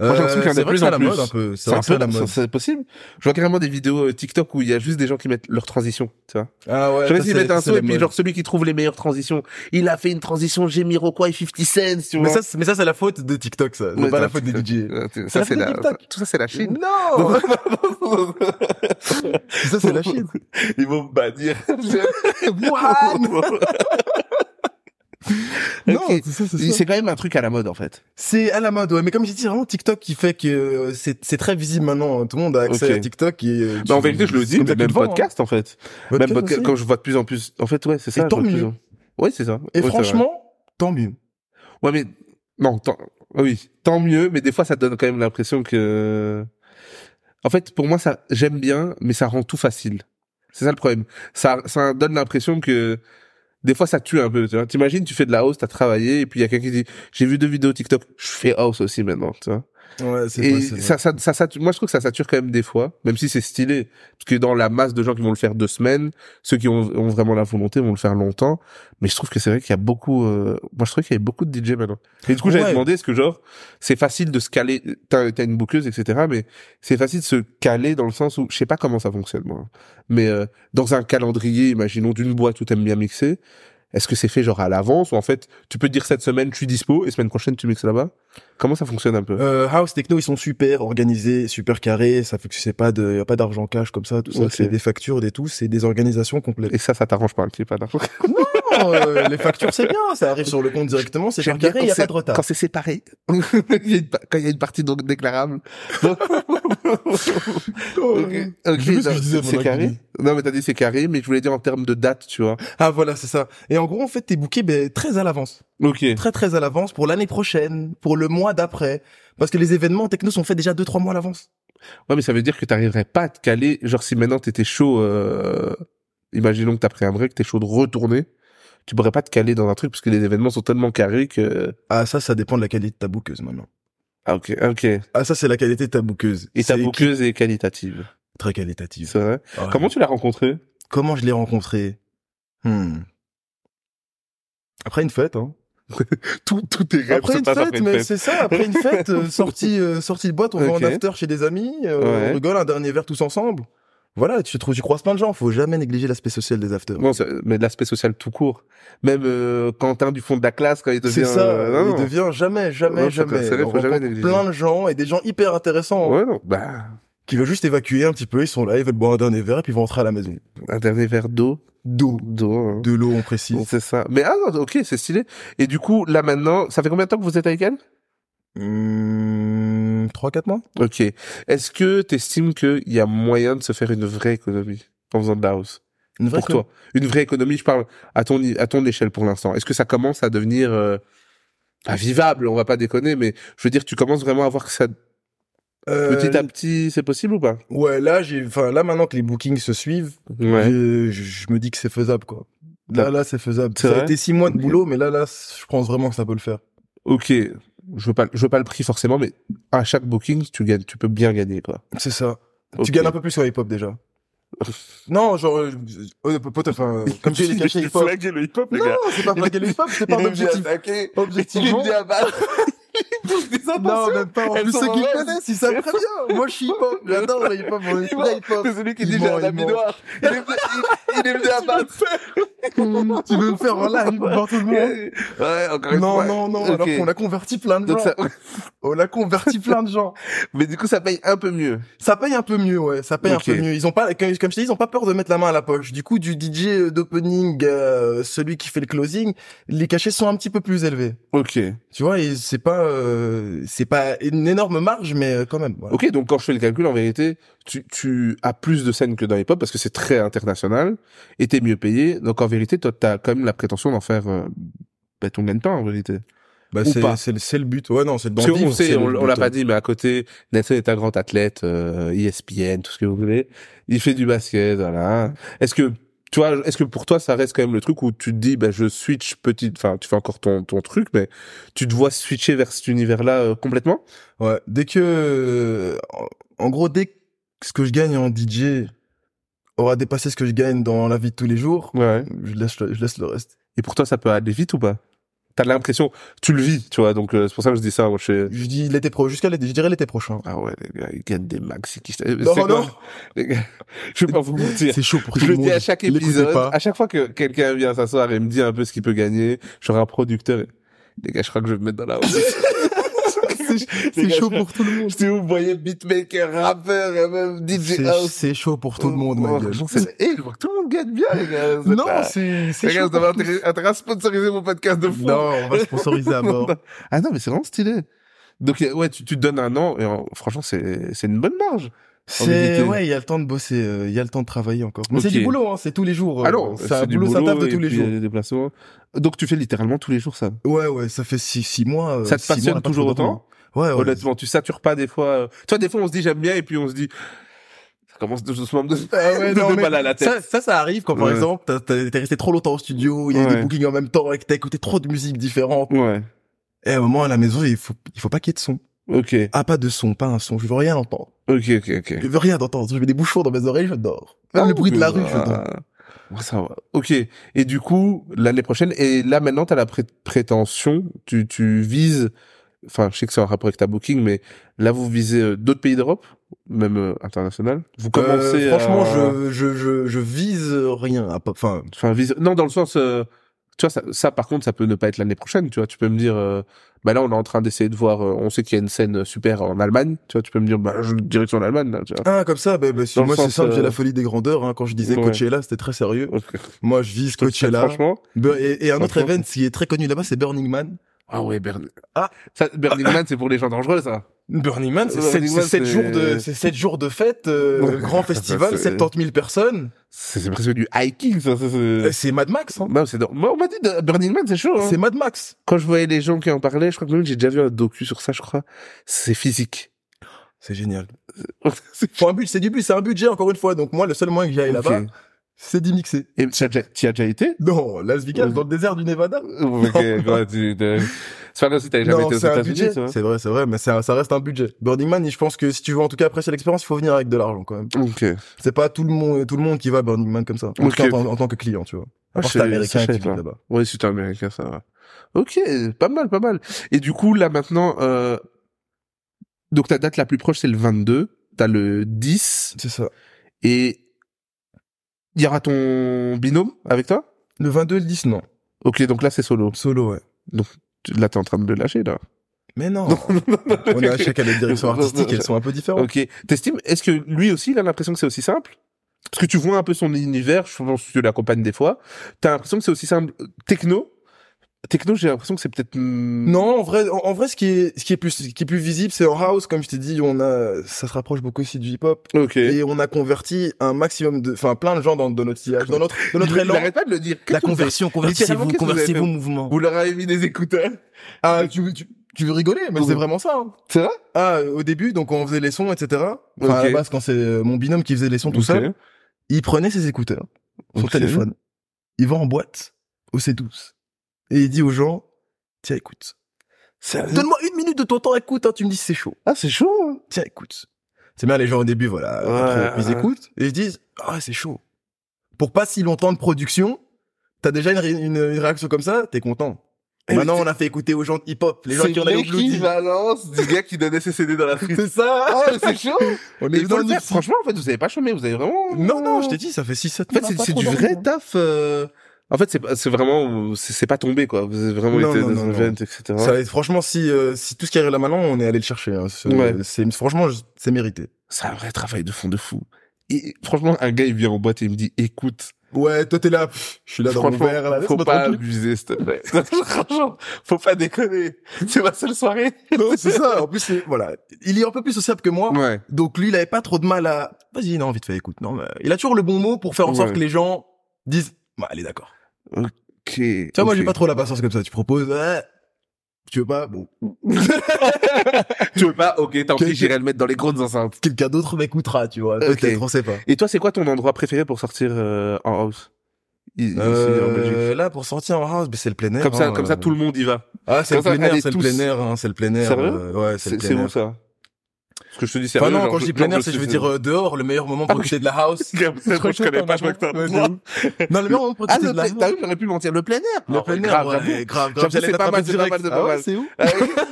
Speaker 2: j'ai l'impression qu'il y en a
Speaker 3: Euh, c'est
Speaker 2: de
Speaker 3: vrai
Speaker 2: plus
Speaker 3: que c'est
Speaker 2: en
Speaker 3: à la
Speaker 2: plus.
Speaker 3: mode un peu, c'est
Speaker 2: C'est
Speaker 3: vrai
Speaker 2: un
Speaker 3: que c'est à
Speaker 2: peu
Speaker 3: la mode.
Speaker 2: c'est- c'est possible. Je vois carrément des vidéos euh, TikTok où il y a juste des gens qui mettent leurs transitions, tu vois.
Speaker 3: Ah ouais,
Speaker 2: je
Speaker 3: ça,
Speaker 2: vais essayer de
Speaker 3: c'est-
Speaker 2: mettre un
Speaker 3: c'est
Speaker 2: son
Speaker 3: la
Speaker 2: et puis
Speaker 3: mode.
Speaker 2: genre celui qui trouve les meilleures transitions, il a fait une transition Jamiroquai 50 Cent, tu vois.
Speaker 3: Mais ça, c'est- mais ça, c'est la faute de TikTok,
Speaker 2: Ouais,
Speaker 3: ça. C'est pas la
Speaker 2: TikTok.
Speaker 3: faute des DJ.
Speaker 2: Euh, ça,
Speaker 3: c'est la
Speaker 2: c'est
Speaker 3: faute
Speaker 2: la,
Speaker 3: TikTok.
Speaker 2: tout ça c'est la Chine.
Speaker 3: Non! ça, c'est la Chine.
Speaker 2: Ils vont me bannir.
Speaker 3: Wuhan Non,
Speaker 2: Ok.
Speaker 3: c'est ça, c'est ça.
Speaker 2: C'est quand même un truc à la mode en fait.
Speaker 3: C'est à la mode, ouais. Mais comme j'ai dit, vraiment TikTok qui fait que euh, c'est c'est très visible maintenant. Tout le monde a accès
Speaker 2: Ok.
Speaker 3: à TikTok. Et, euh, tu-
Speaker 2: Bah en vérité, je le
Speaker 3: c'est
Speaker 2: dis,
Speaker 3: comme ça
Speaker 2: mais
Speaker 3: que tu
Speaker 2: même
Speaker 3: le vends,
Speaker 2: podcast en fait.
Speaker 3: hein.
Speaker 2: Même
Speaker 3: Podcast
Speaker 2: podcast,
Speaker 3: aussi.
Speaker 2: quand je vois de plus en plus. En fait, ouais, c'est ça. je
Speaker 3: tant
Speaker 2: vois de plus
Speaker 3: mieux.
Speaker 2: en- Ouais, c'est ça.
Speaker 3: Et
Speaker 2: Ouais, c'est vrai.
Speaker 3: franchement, tant mieux.
Speaker 2: Ouais, mais non, tant... ah oui, tant mieux. Mais des fois, ça donne quand même l'impression que. En fait, pour moi, ça j'aime bien, mais ça rend tout facile. C'est ça le problème. Ça, ça donne l'impression que des fois, ça tue un peu. Tu vois, t'imagines, tu fais de la house, t'as travaillé, et puis il y a quelqu'un qui dit, j'ai vu deux vidéos TikTok, je fais house aussi maintenant. Tu vois.
Speaker 3: Ouais, c'est
Speaker 2: Et
Speaker 3: vrai, c'est
Speaker 2: ça, ça, ça, sature- moi je trouve que ça sature quand même des fois, même si c'est stylé, parce que dans la masse de gens qui vont le faire deux semaines, ceux qui ont, ont vraiment la volonté vont le faire longtemps. Mais je trouve que c'est vrai qu'il y a beaucoup, euh, moi je trouve qu'il y avait beaucoup de DJ maintenant. Et du coup j'avais
Speaker 3: Ouais.
Speaker 2: demandé est-ce que genre c'est facile de se caler, t'as t'as une bouqueuse etc. Mais c'est facile de se caler dans le sens où je sais pas comment ça fonctionne moi. Mais euh, dans un calendrier, imaginons d'une boîte où t'aimes bien mixer, est-ce que c'est fait genre à l'avance ou en fait tu peux te dire cette semaine je suis dispo et semaine prochaine tu mixes là-bas Comment ça fonctionne un peu
Speaker 3: Euh, House Techno, ils sont super organisés, super carrés. Ça fait que c'est pas de, y a pas d'argent cash comme ça, tout ça.
Speaker 2: Ok.
Speaker 3: C'est des factures, des tout. C'est des organisations complètes.
Speaker 2: Et ça, ça t'arrange pas, le clip, alors.
Speaker 3: euh, les factures, c'est bien, ça arrive sur le compte directement, c'est
Speaker 2: J'aime
Speaker 3: bien carré,
Speaker 2: bien
Speaker 3: il y a
Speaker 2: quand
Speaker 3: pas de retard.
Speaker 2: Quand c'est séparé, il y a une pa- quand il y a une partie donc déclarable. Donc- Ok, ok,
Speaker 3: Je sais plus ce que
Speaker 2: non,
Speaker 3: je disais,
Speaker 2: c'est
Speaker 3: moi,
Speaker 2: carré.
Speaker 3: Guy.
Speaker 2: Non, mais t'as dit c'est carré, mais je voulais dire en termes de date, tu vois.
Speaker 3: Ah voilà, c'est ça. Et en gros, en fait, t'es booké ben, très à l'avance.
Speaker 2: Ok.
Speaker 3: Très très à l'avance pour l'année prochaine, pour le mois d'après. Parce que les événements techno sont faits déjà 2-3 mois à l'avance.
Speaker 2: Ouais, mais ça veut dire que t'arriverais pas à te caler. Genre, si maintenant t'étais chaud, euh... imaginons que t'as pris un break, t'es chaud de retourner, tu pourrais pas te caler dans un truc parce que les événements sont tellement carrés que.
Speaker 3: Ah ça, ça dépend de la qualité de ta bouqueuse maintenant.
Speaker 2: Ah, ok, ok. Et
Speaker 3: Ah ça, c'est la qualité de ta bouqueuse.
Speaker 2: ta
Speaker 3: C'est
Speaker 2: bouqueuse est qualitative.
Speaker 3: Très qualitative.
Speaker 2: C'est vrai.
Speaker 3: Ah ouais.
Speaker 2: Comment tu l'as rencontrée?
Speaker 3: Comment je l'ai rencontré Hmm. Après une fête, hein.
Speaker 2: Tout, tout tes rêves
Speaker 3: Après
Speaker 2: se
Speaker 3: une
Speaker 2: passent
Speaker 3: fête,
Speaker 2: après une
Speaker 3: mais
Speaker 2: fête.
Speaker 3: c'est ça. Après une fête, euh, sortie, euh, sortie de boîte, on
Speaker 2: Ok.
Speaker 3: va en after chez des amis, euh,
Speaker 2: Ouais.
Speaker 3: on rigole un dernier verre tous ensemble. Voilà, tu, trou- tu croises plein de gens. Faut jamais négliger l'aspect social des afters.
Speaker 2: Non, ça- mais de l'aspect social tout court. Même euh, Quentin du fond de la classe, quand il devient...
Speaker 3: C'est ça.
Speaker 2: euh, non,
Speaker 3: il
Speaker 2: non.
Speaker 3: devient jamais, jamais,
Speaker 2: Non, faut
Speaker 3: jamais.
Speaker 2: que- c'est vrai,
Speaker 3: On
Speaker 2: faut jamais
Speaker 3: rencontre
Speaker 2: négliger.
Speaker 3: plein de gens et des gens hyper intéressants
Speaker 2: Ouais, non. Bah,
Speaker 3: qui veulent juste évacuer un petit peu. Ils sont là, ils veulent boire un dernier verre et puis ils vont rentrer à la maison.
Speaker 2: un dernier verre d'eau.
Speaker 3: D'eau,
Speaker 2: D'eau, hein.
Speaker 3: de l'eau, on précise.
Speaker 2: C'est ça. Mais ah, non, ok, c'est stylé. Et du coup, là maintenant, ça fait combien de temps que vous êtes avec elle
Speaker 3: Hum, Trois, quatre mois.
Speaker 2: Ok. Est-ce que t'estimes qu'il y a moyen de se faire une vraie économie en faisant de la house
Speaker 3: Une vraie
Speaker 2: Pour toi. Une vraie économie, je parle à ton, i- à ton échelle pour l'instant. Est-ce que ça commence à devenir... euh, pas vivable, on va pas déconner, mais je veux dire, tu commences vraiment à voir que ça,
Speaker 3: Euh,
Speaker 2: petit à petit, c'est possible ou pas?
Speaker 3: Ouais, là, j'ai, enfin, là, maintenant que les bookings se suivent, je, je- je me dis que c'est faisable, quoi. Là, là, c'est faisable.
Speaker 2: C'est
Speaker 3: Ça
Speaker 2: vrai
Speaker 3: a été six mois de
Speaker 2: Ok.
Speaker 3: boulot, mais là, là, c- je pense vraiment que ça peut le faire.
Speaker 2: ok, je veux pas, je veux pas le prix forcément, mais à chaque booking, tu gagnes, tu peux bien gagner, quoi.
Speaker 3: C'est ça.
Speaker 2: Ok.
Speaker 3: Tu gagnes un peu plus sur hip-hop, déjà. non, genre, euh, euh, peut-être, enfin, euh, comme tu l'as caché hip-hop.
Speaker 2: le hip-hop,
Speaker 3: Non, c'est pas flaguer le hip-hop, c'est pas un objectif.
Speaker 2: attaquer.
Speaker 3: Objectivement.
Speaker 2: abattre. Il touche des
Speaker 3: Non, même pas. En
Speaker 2: Elles
Speaker 3: plus,
Speaker 2: sont
Speaker 3: ceux qui
Speaker 2: mauvaises.
Speaker 3: me connaissent, ils savent très bien. Moi, je suis hip-hop. J'adore le hip-hop. On est
Speaker 2: Il
Speaker 3: très hip-hop.
Speaker 2: C'est celui
Speaker 3: qui dit, Il j'ai un ment, ami il ment.
Speaker 2: noir. Il est venu abattre.
Speaker 3: tu veux me faire en live devant tout le monde?
Speaker 2: Ouais, encore
Speaker 3: Non, non, non. Alors
Speaker 2: Ok.
Speaker 3: qu'on a converti plein de
Speaker 2: Donc
Speaker 3: gens.
Speaker 2: ça,
Speaker 3: On a converti plein de gens.
Speaker 2: mais du coup, ça paye un peu mieux.
Speaker 3: Ça paye un peu mieux, ouais. Ça paye
Speaker 2: Ok.
Speaker 3: un peu mieux. Ils ont pas, comme comme je te dis, ils ont pas peur de mettre la main à la poche. Du coup, du DJ d'opening, euh, celui qui fait le closing, les cachets sont un petit peu plus élevés.
Speaker 2: Ok.
Speaker 3: Tu vois, et c'est pas, euh, c'est pas une énorme marge, mais euh, quand même. voilà.
Speaker 2: Ok, donc quand je fais le calcul, en vérité, tu, tu as plus de scènes que dans hip-hop parce que c'est très international et t'es mieux payé. Donc en vérité, toi, t'as quand même la prétention d'en faire euh, bah, ton gagne-pain en vérité.
Speaker 3: Bah,
Speaker 2: Ou
Speaker 3: c'est,
Speaker 2: pas.
Speaker 3: c'est le- c'est le but. Ouais, non, c'est d'en
Speaker 2: Parce qu'on
Speaker 3: vivre,
Speaker 2: sait,
Speaker 3: c'est
Speaker 2: on,
Speaker 3: le
Speaker 2: on l'a
Speaker 3: but.
Speaker 2: pas dit, mais à côté, Nelson est un grand athlète, euh, ESPN, tout ce que vous voulez. Il fait du basket, voilà. Est-ce que tu vois, est-ce que pour toi, ça reste quand même le truc où tu te dis, bah, je switch petite, enfin, tu fais encore ton, ton truc, mais tu te vois switcher vers cet univers-là euh, complètement?
Speaker 3: Ouais. Dès que, euh, en- en gros, dès que ce que je gagne en DJ aura dépassé ce que je gagne dans la vie de tous les jours,
Speaker 2: Ouais.
Speaker 3: je laisse, le- je laisse le reste.
Speaker 2: Et pour toi, ça peut aller vite ou pas T'as l'impression, tu le vis, tu vois. Donc euh, c'est pour ça que je dis ça. Moi, je suis-
Speaker 3: Je dis l'été pro, jusqu'à l'été, je dirais l'été prochain.
Speaker 2: Ah ouais, les gars, ils gagnent des maxi qui. Non,
Speaker 3: Non, non.
Speaker 2: Les gars, je vais pas vous mentir.
Speaker 3: C'est chaud pour tout
Speaker 2: Je le
Speaker 3: le monde.
Speaker 2: dis à chaque
Speaker 3: L'écoutez
Speaker 2: épisode,
Speaker 3: pas.
Speaker 2: à chaque fois que quelqu'un vient s'asseoir et me dit un peu ce qu'il peut gagner, j'aurai un producteur. et- Les gars, je crois que je vais me mettre dans la hausse.
Speaker 3: C'est chaud pour tout le monde.
Speaker 2: Si vous voyez beatmaker, rappeur, et même DJ
Speaker 3: C'est-
Speaker 2: House.
Speaker 3: C'est chaud pour tout le monde, ma
Speaker 2: Oh,
Speaker 3: gueule.
Speaker 2: franchement, c'est- Eh, je vois que tout le monde gagne bien, les gars. C'est
Speaker 3: Non,
Speaker 2: pas-
Speaker 3: c'est c'est
Speaker 2: Les gars,
Speaker 3: chaud.
Speaker 2: vous avez intérêt- intérêt à sponsoriser mon podcast de fou.
Speaker 3: Non, on va sponsoriser à mort.
Speaker 2: Ah non, mais c'est vraiment stylé. Donc y a- ouais, tu, tu te donnes un an et euh, franchement c'est c'est une bonne marge.
Speaker 3: C'est
Speaker 2: vérité.
Speaker 3: ouais, il y a le temps de bosser, euh, il y a le temps de travailler encore. Mais c'est
Speaker 2: Ok.
Speaker 3: du boulot, hein, c'est tous les jours. euh,
Speaker 2: Alors,
Speaker 3: c'est un boulot, ça taffe de tous les jours.
Speaker 2: euh, Des déplacements. Donc tu fais littéralement tous les jours ça.
Speaker 3: Ouais, ouais, ça fait six, six mois. euh,
Speaker 2: Ça te
Speaker 3: six mois,
Speaker 2: passionne
Speaker 3: on a pas
Speaker 2: toujours
Speaker 3: trop dormi.
Speaker 2: autant
Speaker 3: Ouais, ouais.
Speaker 2: Honnêtement, tu satures pas des fois. euh, Tu vois, des fois on se dit j'aime bien et puis on se dit ça commence doucement à me donner
Speaker 3: Ah ouais, non,
Speaker 2: de
Speaker 3: mais
Speaker 2: mal à la tête.
Speaker 3: ça, ça, ça arrive quand, par
Speaker 2: Ouais.
Speaker 3: exemple, t'as- t'as- t'es resté trop longtemps au studio, il y a eu
Speaker 2: Ouais.
Speaker 3: des bookings en même temps et que t'as écouté trop de musique différente.
Speaker 2: Ouais.
Speaker 3: Et à un moment, à la maison, il faut, il faut pas qu'il y ait de son.
Speaker 2: Ok.
Speaker 3: Ah, pas de son, pas un son, je veux rien entendre.
Speaker 2: Ok. Ok. Ok.
Speaker 3: Je veux rien entendre. Je mets des bouchons dans mes oreilles, je dors. Même le bruit de la rue, je dors.
Speaker 2: Ah, ouais, ça va. Ok. Et du coup, l'année prochaine, et là maintenant, t'as la pré- prétention, tu, tu vises, enfin, je sais que c'est en rapport avec ta booking, mais là, vous visez euh, d'autres pays d'Europe, même euh, international. Vous commencez.
Speaker 3: Euh, franchement,
Speaker 2: à-
Speaker 3: je, je, je, je vise rien. à pas- Enfin,
Speaker 2: Enfin, vise. Non, dans le sens, euh, tu vois, ça, ça, par contre, ça peut ne pas être l'année prochaine, tu vois. Tu peux me dire, euh, bah là, on est en train d'essayer de voir, euh, on sait qu'il y a une scène super en Allemagne, tu vois. Tu peux me dire, bah, je, direction l'Allemagne, là, tu vois.
Speaker 3: Ah, comme ça, bah, bah, si,
Speaker 2: Dans le
Speaker 3: moi c'est
Speaker 2: sens,
Speaker 3: simple, j'ai
Speaker 2: euh,
Speaker 3: la folie des grandeurs. hein. Quand je disais
Speaker 2: ouais.
Speaker 3: Coachella, c'était très sérieux.
Speaker 2: Ok.
Speaker 3: Moi, je vise
Speaker 2: Je te le souhaite,
Speaker 3: Coachella.
Speaker 2: Franchement.
Speaker 3: Be- Et, et un autre
Speaker 2: Franchement.
Speaker 3: event qui est très connu là-bas, c'est Burning Man.
Speaker 2: Ah ouais, Bernie.
Speaker 3: Ah.
Speaker 2: Ça, Burning Man, c'est pour les gens dangereux, ça.
Speaker 3: Burning Man, c'est
Speaker 2: Burning
Speaker 3: sept-
Speaker 2: Man,
Speaker 3: c'est sept
Speaker 2: c'est-
Speaker 3: jours de, c'est sept jours de fête, euh,
Speaker 2: Ouais.
Speaker 3: grand festival,
Speaker 2: C'est-
Speaker 3: 70 000 personnes.
Speaker 2: C'est c'est presque du hiking, ça. ça,
Speaker 3: Euh,
Speaker 2: c'est-
Speaker 3: C'est Mad Max. hein.
Speaker 2: Non, c'est dans- Moi, on m'a dit de- Burning Man, c'est chaud. hein.
Speaker 3: C'est Mad Max.
Speaker 2: Quand je voyais les gens qui en parlaient, je crois que même j'ai déjà vu un docu sur ça, je crois. C'est physique.
Speaker 3: C'est génial. Pour un but, c'est du but, c'est un budget encore une fois. Donc moi, le seul moyen que j'aille
Speaker 2: Ok.
Speaker 3: là-bas, c'est d'y mixer.
Speaker 2: Et tu as, déjà- t'y as déjà été
Speaker 3: Non, Las Vegas,
Speaker 2: Ouais.
Speaker 3: dans le désert du Nevada.
Speaker 2: Ok, quoi, tu- de- C'est pas comme si t'avais jamais
Speaker 3: Non,
Speaker 2: été aux
Speaker 3: c'est un budget.
Speaker 2: États-Unis, tu vois.
Speaker 3: C'est vrai, c'est vrai, mais c'est un- ça reste un budget. Burning Man, je pense que si tu veux en tout cas apprécier l'expérience, il faut venir avec de l'argent quand même.
Speaker 2: Ok. Ah,
Speaker 3: C'est pas tout le monde, tout le monde qui va à Burning Man comme ça. En,
Speaker 2: Ok.
Speaker 3: tout cas, en, tant- en tant que client, tu vois.
Speaker 2: Ah,
Speaker 3: À part
Speaker 2: je
Speaker 3: si
Speaker 2: sais-
Speaker 3: t'es
Speaker 2: ça,
Speaker 3: américain
Speaker 2: je
Speaker 3: et que
Speaker 2: savais
Speaker 3: tu vis
Speaker 2: pas.
Speaker 3: là-bas.
Speaker 2: Oui, si t'es américain, ça va. Ok, pas mal, pas mal. Et du coup, là maintenant, euh... donc ta date la plus proche, c'est le 22, t'as le 10,
Speaker 3: C'est ça.
Speaker 2: et il y aura ton binôme avec toi
Speaker 3: Le 22 et le 10, non.
Speaker 2: Ok, donc là c'est solo.
Speaker 3: Solo, ouais.
Speaker 2: Tu- Là t'es en train de le lâcher, là.
Speaker 3: Mais non.
Speaker 2: Non, non, non,
Speaker 3: On a chacun les directions
Speaker 2: Non, non,
Speaker 3: artistiques,
Speaker 2: non,
Speaker 3: elles sont un peu différentes.
Speaker 2: Ok, t'estimes, est-ce que lui aussi, il a l'impression que c'est aussi simple Parce que tu vois un peu son univers, je pense que tu l'accompagnes des fois, t'as l'impression que c'est aussi simple. Techno Techno, j'ai l'impression que c'est peut-être... hmm,
Speaker 3: Non, en vrai, en, en vrai, ce qui est, ce qui est plus, ce qui est plus visible, c'est en house, comme je t'ai dit, on a, ça se rapproche beaucoup aussi du hip-hop.
Speaker 2: Ok.
Speaker 3: Et on a converti un maximum de, enfin, plein de gens dans, dans notre sillage, dans notre, dans notre
Speaker 2: il, il
Speaker 3: élan.
Speaker 2: arrête pas de le dire.
Speaker 1: La
Speaker 2: Qu'est-ce que vous faites
Speaker 1: conversion, convertissez-vous,
Speaker 2: Littéralement, qu'est-ce que vous avez
Speaker 1: convertissez-vous
Speaker 2: fait
Speaker 1: mouvement.
Speaker 2: Vous leur avez mis des écouteurs.
Speaker 3: Ah, tu, tu, tu veux rigoler, mais
Speaker 2: Oui.
Speaker 3: c'est vraiment ça. hein.
Speaker 2: C'est vrai
Speaker 3: Ah, au début, donc on faisait les sons, etc. Enfin, à
Speaker 2: Ok.
Speaker 3: la base, quand c'est euh, mon binôme qui faisait les sons tout seul, il prenait ses écouteurs, son
Speaker 2: Ok.
Speaker 3: téléphone, il va en boîte au C12 et il dit aux gens, tiens, écoute, donne-moi une minute de ton temps, écoute, hein, tu me dis si c'est chaud.
Speaker 2: Ah, c'est chaud. hein.
Speaker 3: Tiens, écoute. C'est bien les gens au début, voilà,
Speaker 2: Ouais.
Speaker 3: après, ils écoutent et ils disent, ah, c'est chaud. Pour pas si longtemps de production, t'as déjà une, ré- une- une réaction comme ça, t'es content.
Speaker 2: Et
Speaker 3: Maintenant, on a fait écouter aux gens de hip-hop, les gens
Speaker 2: C'est
Speaker 3: qui en avaient bloody.
Speaker 2: l'équivalence du gars qui donnait ses CD dans la frite.
Speaker 3: C'est ça.
Speaker 2: Ah, c'est chaud.
Speaker 3: On
Speaker 2: Mais
Speaker 3: est
Speaker 2: faut
Speaker 3: dans le
Speaker 2: le faire.
Speaker 3: mix.
Speaker 2: Franchement, en fait, vous avez pas chômé, vous avez vraiment...
Speaker 3: Non, non, je t'ai dit, ça fait 6-7
Speaker 2: En fait, c'est- c'est du vrai taf. euh, En fait, c'est pas- c'est vraiment... C'est c'est pas tombé, quoi. Vous avez vraiment
Speaker 3: Non,
Speaker 2: été
Speaker 3: non,
Speaker 2: dans
Speaker 3: non,
Speaker 2: un
Speaker 3: non.
Speaker 2: event, etc.
Speaker 3: Ça, va être- franchement, si, euh, si tout ce qui arrive là maintenant, on est allé le chercher. hein. C'est,
Speaker 2: Ouais.
Speaker 3: c'est- franchement, je- c'est mérité.
Speaker 2: C'est un vrai travail de fond de fou. Et franchement, un gars, il vient en boîte et il me dit, écoute,
Speaker 3: Ouais, toi t'es là. pff, je suis là dans mon
Speaker 2: Franchement,
Speaker 3: verre. Là,
Speaker 2: faut
Speaker 3: laisse-moi
Speaker 2: pas
Speaker 3: tranquille.
Speaker 2: abuser, s'il te plaît. Franchement, faut pas déconner. C'est ma seule soirée.
Speaker 3: Non, c'est ça. En plus, c'est- voilà, il est un peu plus sociable que moi.
Speaker 2: Ouais.
Speaker 3: Donc lui, il avait pas trop de mal à. Vas-y, non, vite fait, écoute. Non, mais il a toujours le bon mot pour faire en sorte
Speaker 2: Ouais.
Speaker 3: que les gens disent. Bah, allez, d'accord.
Speaker 2: Ok.
Speaker 3: Tu vois, moi, j'ai pas trop la patience comme ça. Tu proposes. ouais, tu veux pas Bon,
Speaker 2: Tu veux pas Ok, tant
Speaker 3: Quel-
Speaker 2: pis, j'irai le mettre dans les grosses enceintes.
Speaker 3: quelqu'un d'autre m'écoutera, tu vois.
Speaker 2: Ok.
Speaker 3: Peut-être, on sait pas.
Speaker 2: Et toi, c'est quoi ton endroit préféré pour sortir euh, en house I- ici, en Belgique.
Speaker 3: Euh, là, pour sortir en house, ben, c'est le plein air.
Speaker 2: Comme ça,
Speaker 3: hein,
Speaker 2: comme
Speaker 3: euh.
Speaker 2: ça, tout le monde y va.
Speaker 3: Ah, c'est le
Speaker 2: Comme ça,
Speaker 3: plein air,
Speaker 2: allez
Speaker 3: c'est le
Speaker 2: tous.
Speaker 3: plein air, hein, c'est le plein air.
Speaker 2: Sérieux
Speaker 3: euh, ouais, c'est le
Speaker 2: C'est
Speaker 3: plein
Speaker 2: c'est
Speaker 3: air.
Speaker 2: où ça Parce que je te dis sérieux.
Speaker 3: Enfin non,
Speaker 2: genre,
Speaker 3: quand je dis plein
Speaker 2: genre,
Speaker 3: air, c'est je veux dire euh, dehors, le meilleur moment
Speaker 2: Ah,
Speaker 3: pour écouter de la house.
Speaker 2: Gars, vous savez,
Speaker 3: C'est
Speaker 2: moi, je
Speaker 3: trop
Speaker 2: connais
Speaker 3: chaud,
Speaker 2: pas,
Speaker 3: hein,
Speaker 2: je vois que t'as
Speaker 3: ouais, de
Speaker 2: droit.
Speaker 3: ouf. Non, le meilleur moment pour
Speaker 2: Ah,
Speaker 3: écouter
Speaker 2: le
Speaker 3: de la
Speaker 2: plein- t'as
Speaker 3: house.
Speaker 2: vu, j'aurais pu mentir. Le plein air
Speaker 3: Le
Speaker 2: Ah, ouais,
Speaker 3: plein air,
Speaker 2: grave,
Speaker 3: ouais,
Speaker 2: j'avoue.
Speaker 3: grave, grave,
Speaker 2: J'avoue,
Speaker 3: j'allais
Speaker 2: c'est pas
Speaker 3: t'attraper
Speaker 2: mal, c'est pas mal,
Speaker 3: direct.
Speaker 2: c'est pas
Speaker 3: Ah ouais,
Speaker 2: mal.
Speaker 3: c'est où
Speaker 2: Ah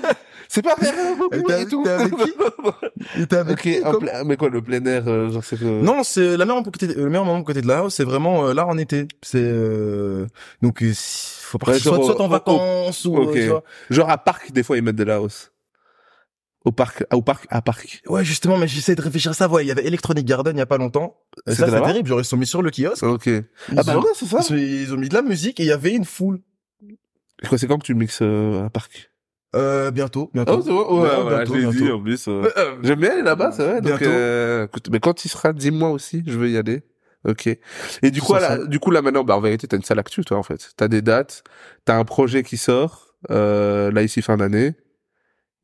Speaker 2: oui. C'est pas faire euh,
Speaker 3: Et t'es
Speaker 2: et
Speaker 3: avec-
Speaker 2: tout.
Speaker 3: t'es avec qui Et t'es avec
Speaker 2: Ok,
Speaker 3: qui,
Speaker 2: un
Speaker 3: comme-
Speaker 2: plein- mais quoi, le plein air, euh, genre c'est que...
Speaker 3: Non, c'est la meilleure moment pour écouter- le meilleur moment pour écouter de la house, c'est vraiment euh, là en été. C'est euh, donc euh, si- faut partir
Speaker 2: Ouais, genre,
Speaker 3: soit, soit
Speaker 2: au-
Speaker 3: en
Speaker 2: au-
Speaker 3: vacances ou euh,
Speaker 2: ok.
Speaker 3: tu vois.
Speaker 2: Genre à parc, des fois ils mettent de la house. Au parc, ah, au parc, à parc.
Speaker 3: Ouais, justement, mais j'essaie de réfléchir à ça. Ouais, il y avait Electronic Garden il y a pas longtemps. Euh,
Speaker 2: C'était
Speaker 3: Ça, c'est
Speaker 2: là-bas
Speaker 3: terrible. J'aurais mis sur le kiosque.
Speaker 2: Ok.
Speaker 3: Ils
Speaker 2: Ah bah
Speaker 3: ont-
Speaker 2: ouais, c'est ça.
Speaker 3: Ils ont- Ils ont mis de la musique et il y avait une foule.
Speaker 2: C'est quoi, c'est quand que tu mixes euh, à parc
Speaker 3: Euh, bientôt,
Speaker 2: Ah
Speaker 3: bientôt.
Speaker 2: ouais, c'est vrai ouais,
Speaker 3: Ouais,
Speaker 2: ouais,
Speaker 3: bientôt,
Speaker 2: je l'ai dit
Speaker 3: bientôt.
Speaker 2: en plus. euh. J'aime bien aller là-bas, c'est vrai. Donc,
Speaker 3: Bientôt.
Speaker 2: euh, écoute, mais quand il sera, dis-moi aussi, je veux y aller. Ok. Et du
Speaker 3: Ça
Speaker 2: coup, là,
Speaker 3: sent-
Speaker 2: du coup là maintenant, bah en vérité, t'as une salle actu, toi en fait. T'as des dates, t'as un projet qui sort euh, là ici fin d'année.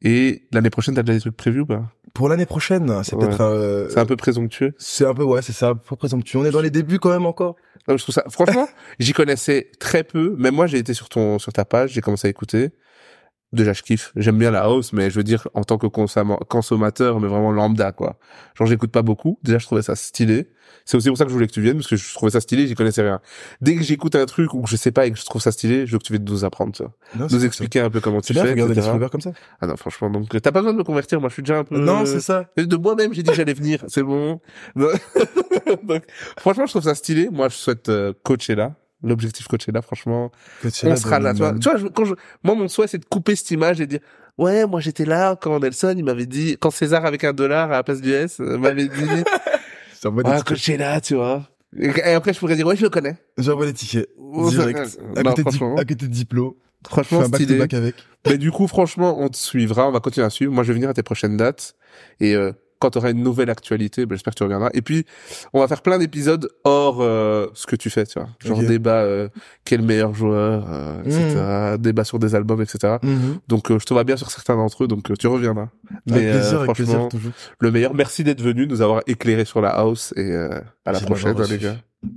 Speaker 2: Et l'année prochaine, t'as déjà des trucs prévus ou pas
Speaker 3: Pour l'année prochaine, c'est
Speaker 2: Ouais.
Speaker 3: peut-être euh,
Speaker 2: C'est un peu présomptueux.
Speaker 3: c'est un peu ouais, c'est ça, pas présomptueux. On est dans les débuts quand même encore.
Speaker 2: Non, je trouve ça. Franchement, j'y connaissais très peu. Même moi, j'ai été sur ton, sur ta page, j'ai commencé à écouter. Déjà, je kiffe. J'aime bien la hausse, mais je veux dire en tant que consommant- consommateur, mais vraiment lambda, quoi. Genre, j'écoute pas beaucoup. Déjà, je trouvais ça stylé. C'est aussi pour ça que je voulais que tu viennes, parce que je trouvais ça stylé, j'y connaissais rien. Dès que j'écoute un truc ou que je sais pas et que je trouve ça stylé, je veux que tu viennes nous apprendre, ça.
Speaker 3: Non,
Speaker 2: Nous expliquer un peu comment
Speaker 3: C'est
Speaker 2: tu
Speaker 3: bien de
Speaker 2: fais,
Speaker 3: regarder les
Speaker 2: etc.
Speaker 3: découvertes comme ça.
Speaker 2: Ah non, franchement, donc t'as pas besoin de me convertir. Moi, je suis déjà un peu.
Speaker 3: Non, c'est ça.
Speaker 2: Et De moi-même, j'ai dit que j'allais venir, c'est bon. Donc, franchement, je trouve ça stylé. Moi, je souhaite euh, Coachella. l'objectif Coachella, franchement, Coachella on sera là. Tu vois, tu vois je, quand je, moi, mon souhait, c'est de couper cette image et de dire, ouais, moi, j'étais là quand Nelson, il m'avait dit, quand César avec un dollar à la place du S, euh, m'avait dit, ah, Coachella, tu vois. Et, et après, je pourrais dire, ouais, je le connais.
Speaker 3: J'envoie des tickets. Direct.
Speaker 2: Non,
Speaker 3: À côté, de,
Speaker 2: franchement.
Speaker 3: Diplo. à côté de Diplo.
Speaker 2: Franchement,
Speaker 3: je fais un back to
Speaker 2: stylé.
Speaker 3: back avec.
Speaker 2: Mais du coup, franchement, on te suivra, on va continuer à suivre. Moi, je vais venir à tes prochaines dates. Et euh, quand tu auras une nouvelle actualité, ben, j'espère que tu reviendras. Et puis, on va faire plein d'épisodes hors euh, ce que tu fais, tu vois. Genre
Speaker 3: Ok. Hmm.
Speaker 2: débat, euh, quel meilleur joueur, euh, etc. Débat sur des albums, etc. Donc, euh, je te vois bien sur certains d'entre eux, donc euh, tu reviendras.
Speaker 3: Avec
Speaker 2: Mais, euh,
Speaker 3: plaisir, avec
Speaker 2: franchement,
Speaker 3: plaisir toujours.
Speaker 2: le meilleur. Merci d'être venu, nous avoir éclairé sur la house. Et euh, à la
Speaker 3: Merci de m'avoir
Speaker 2: prochaine, hein,
Speaker 3: reçu.
Speaker 2: les gars.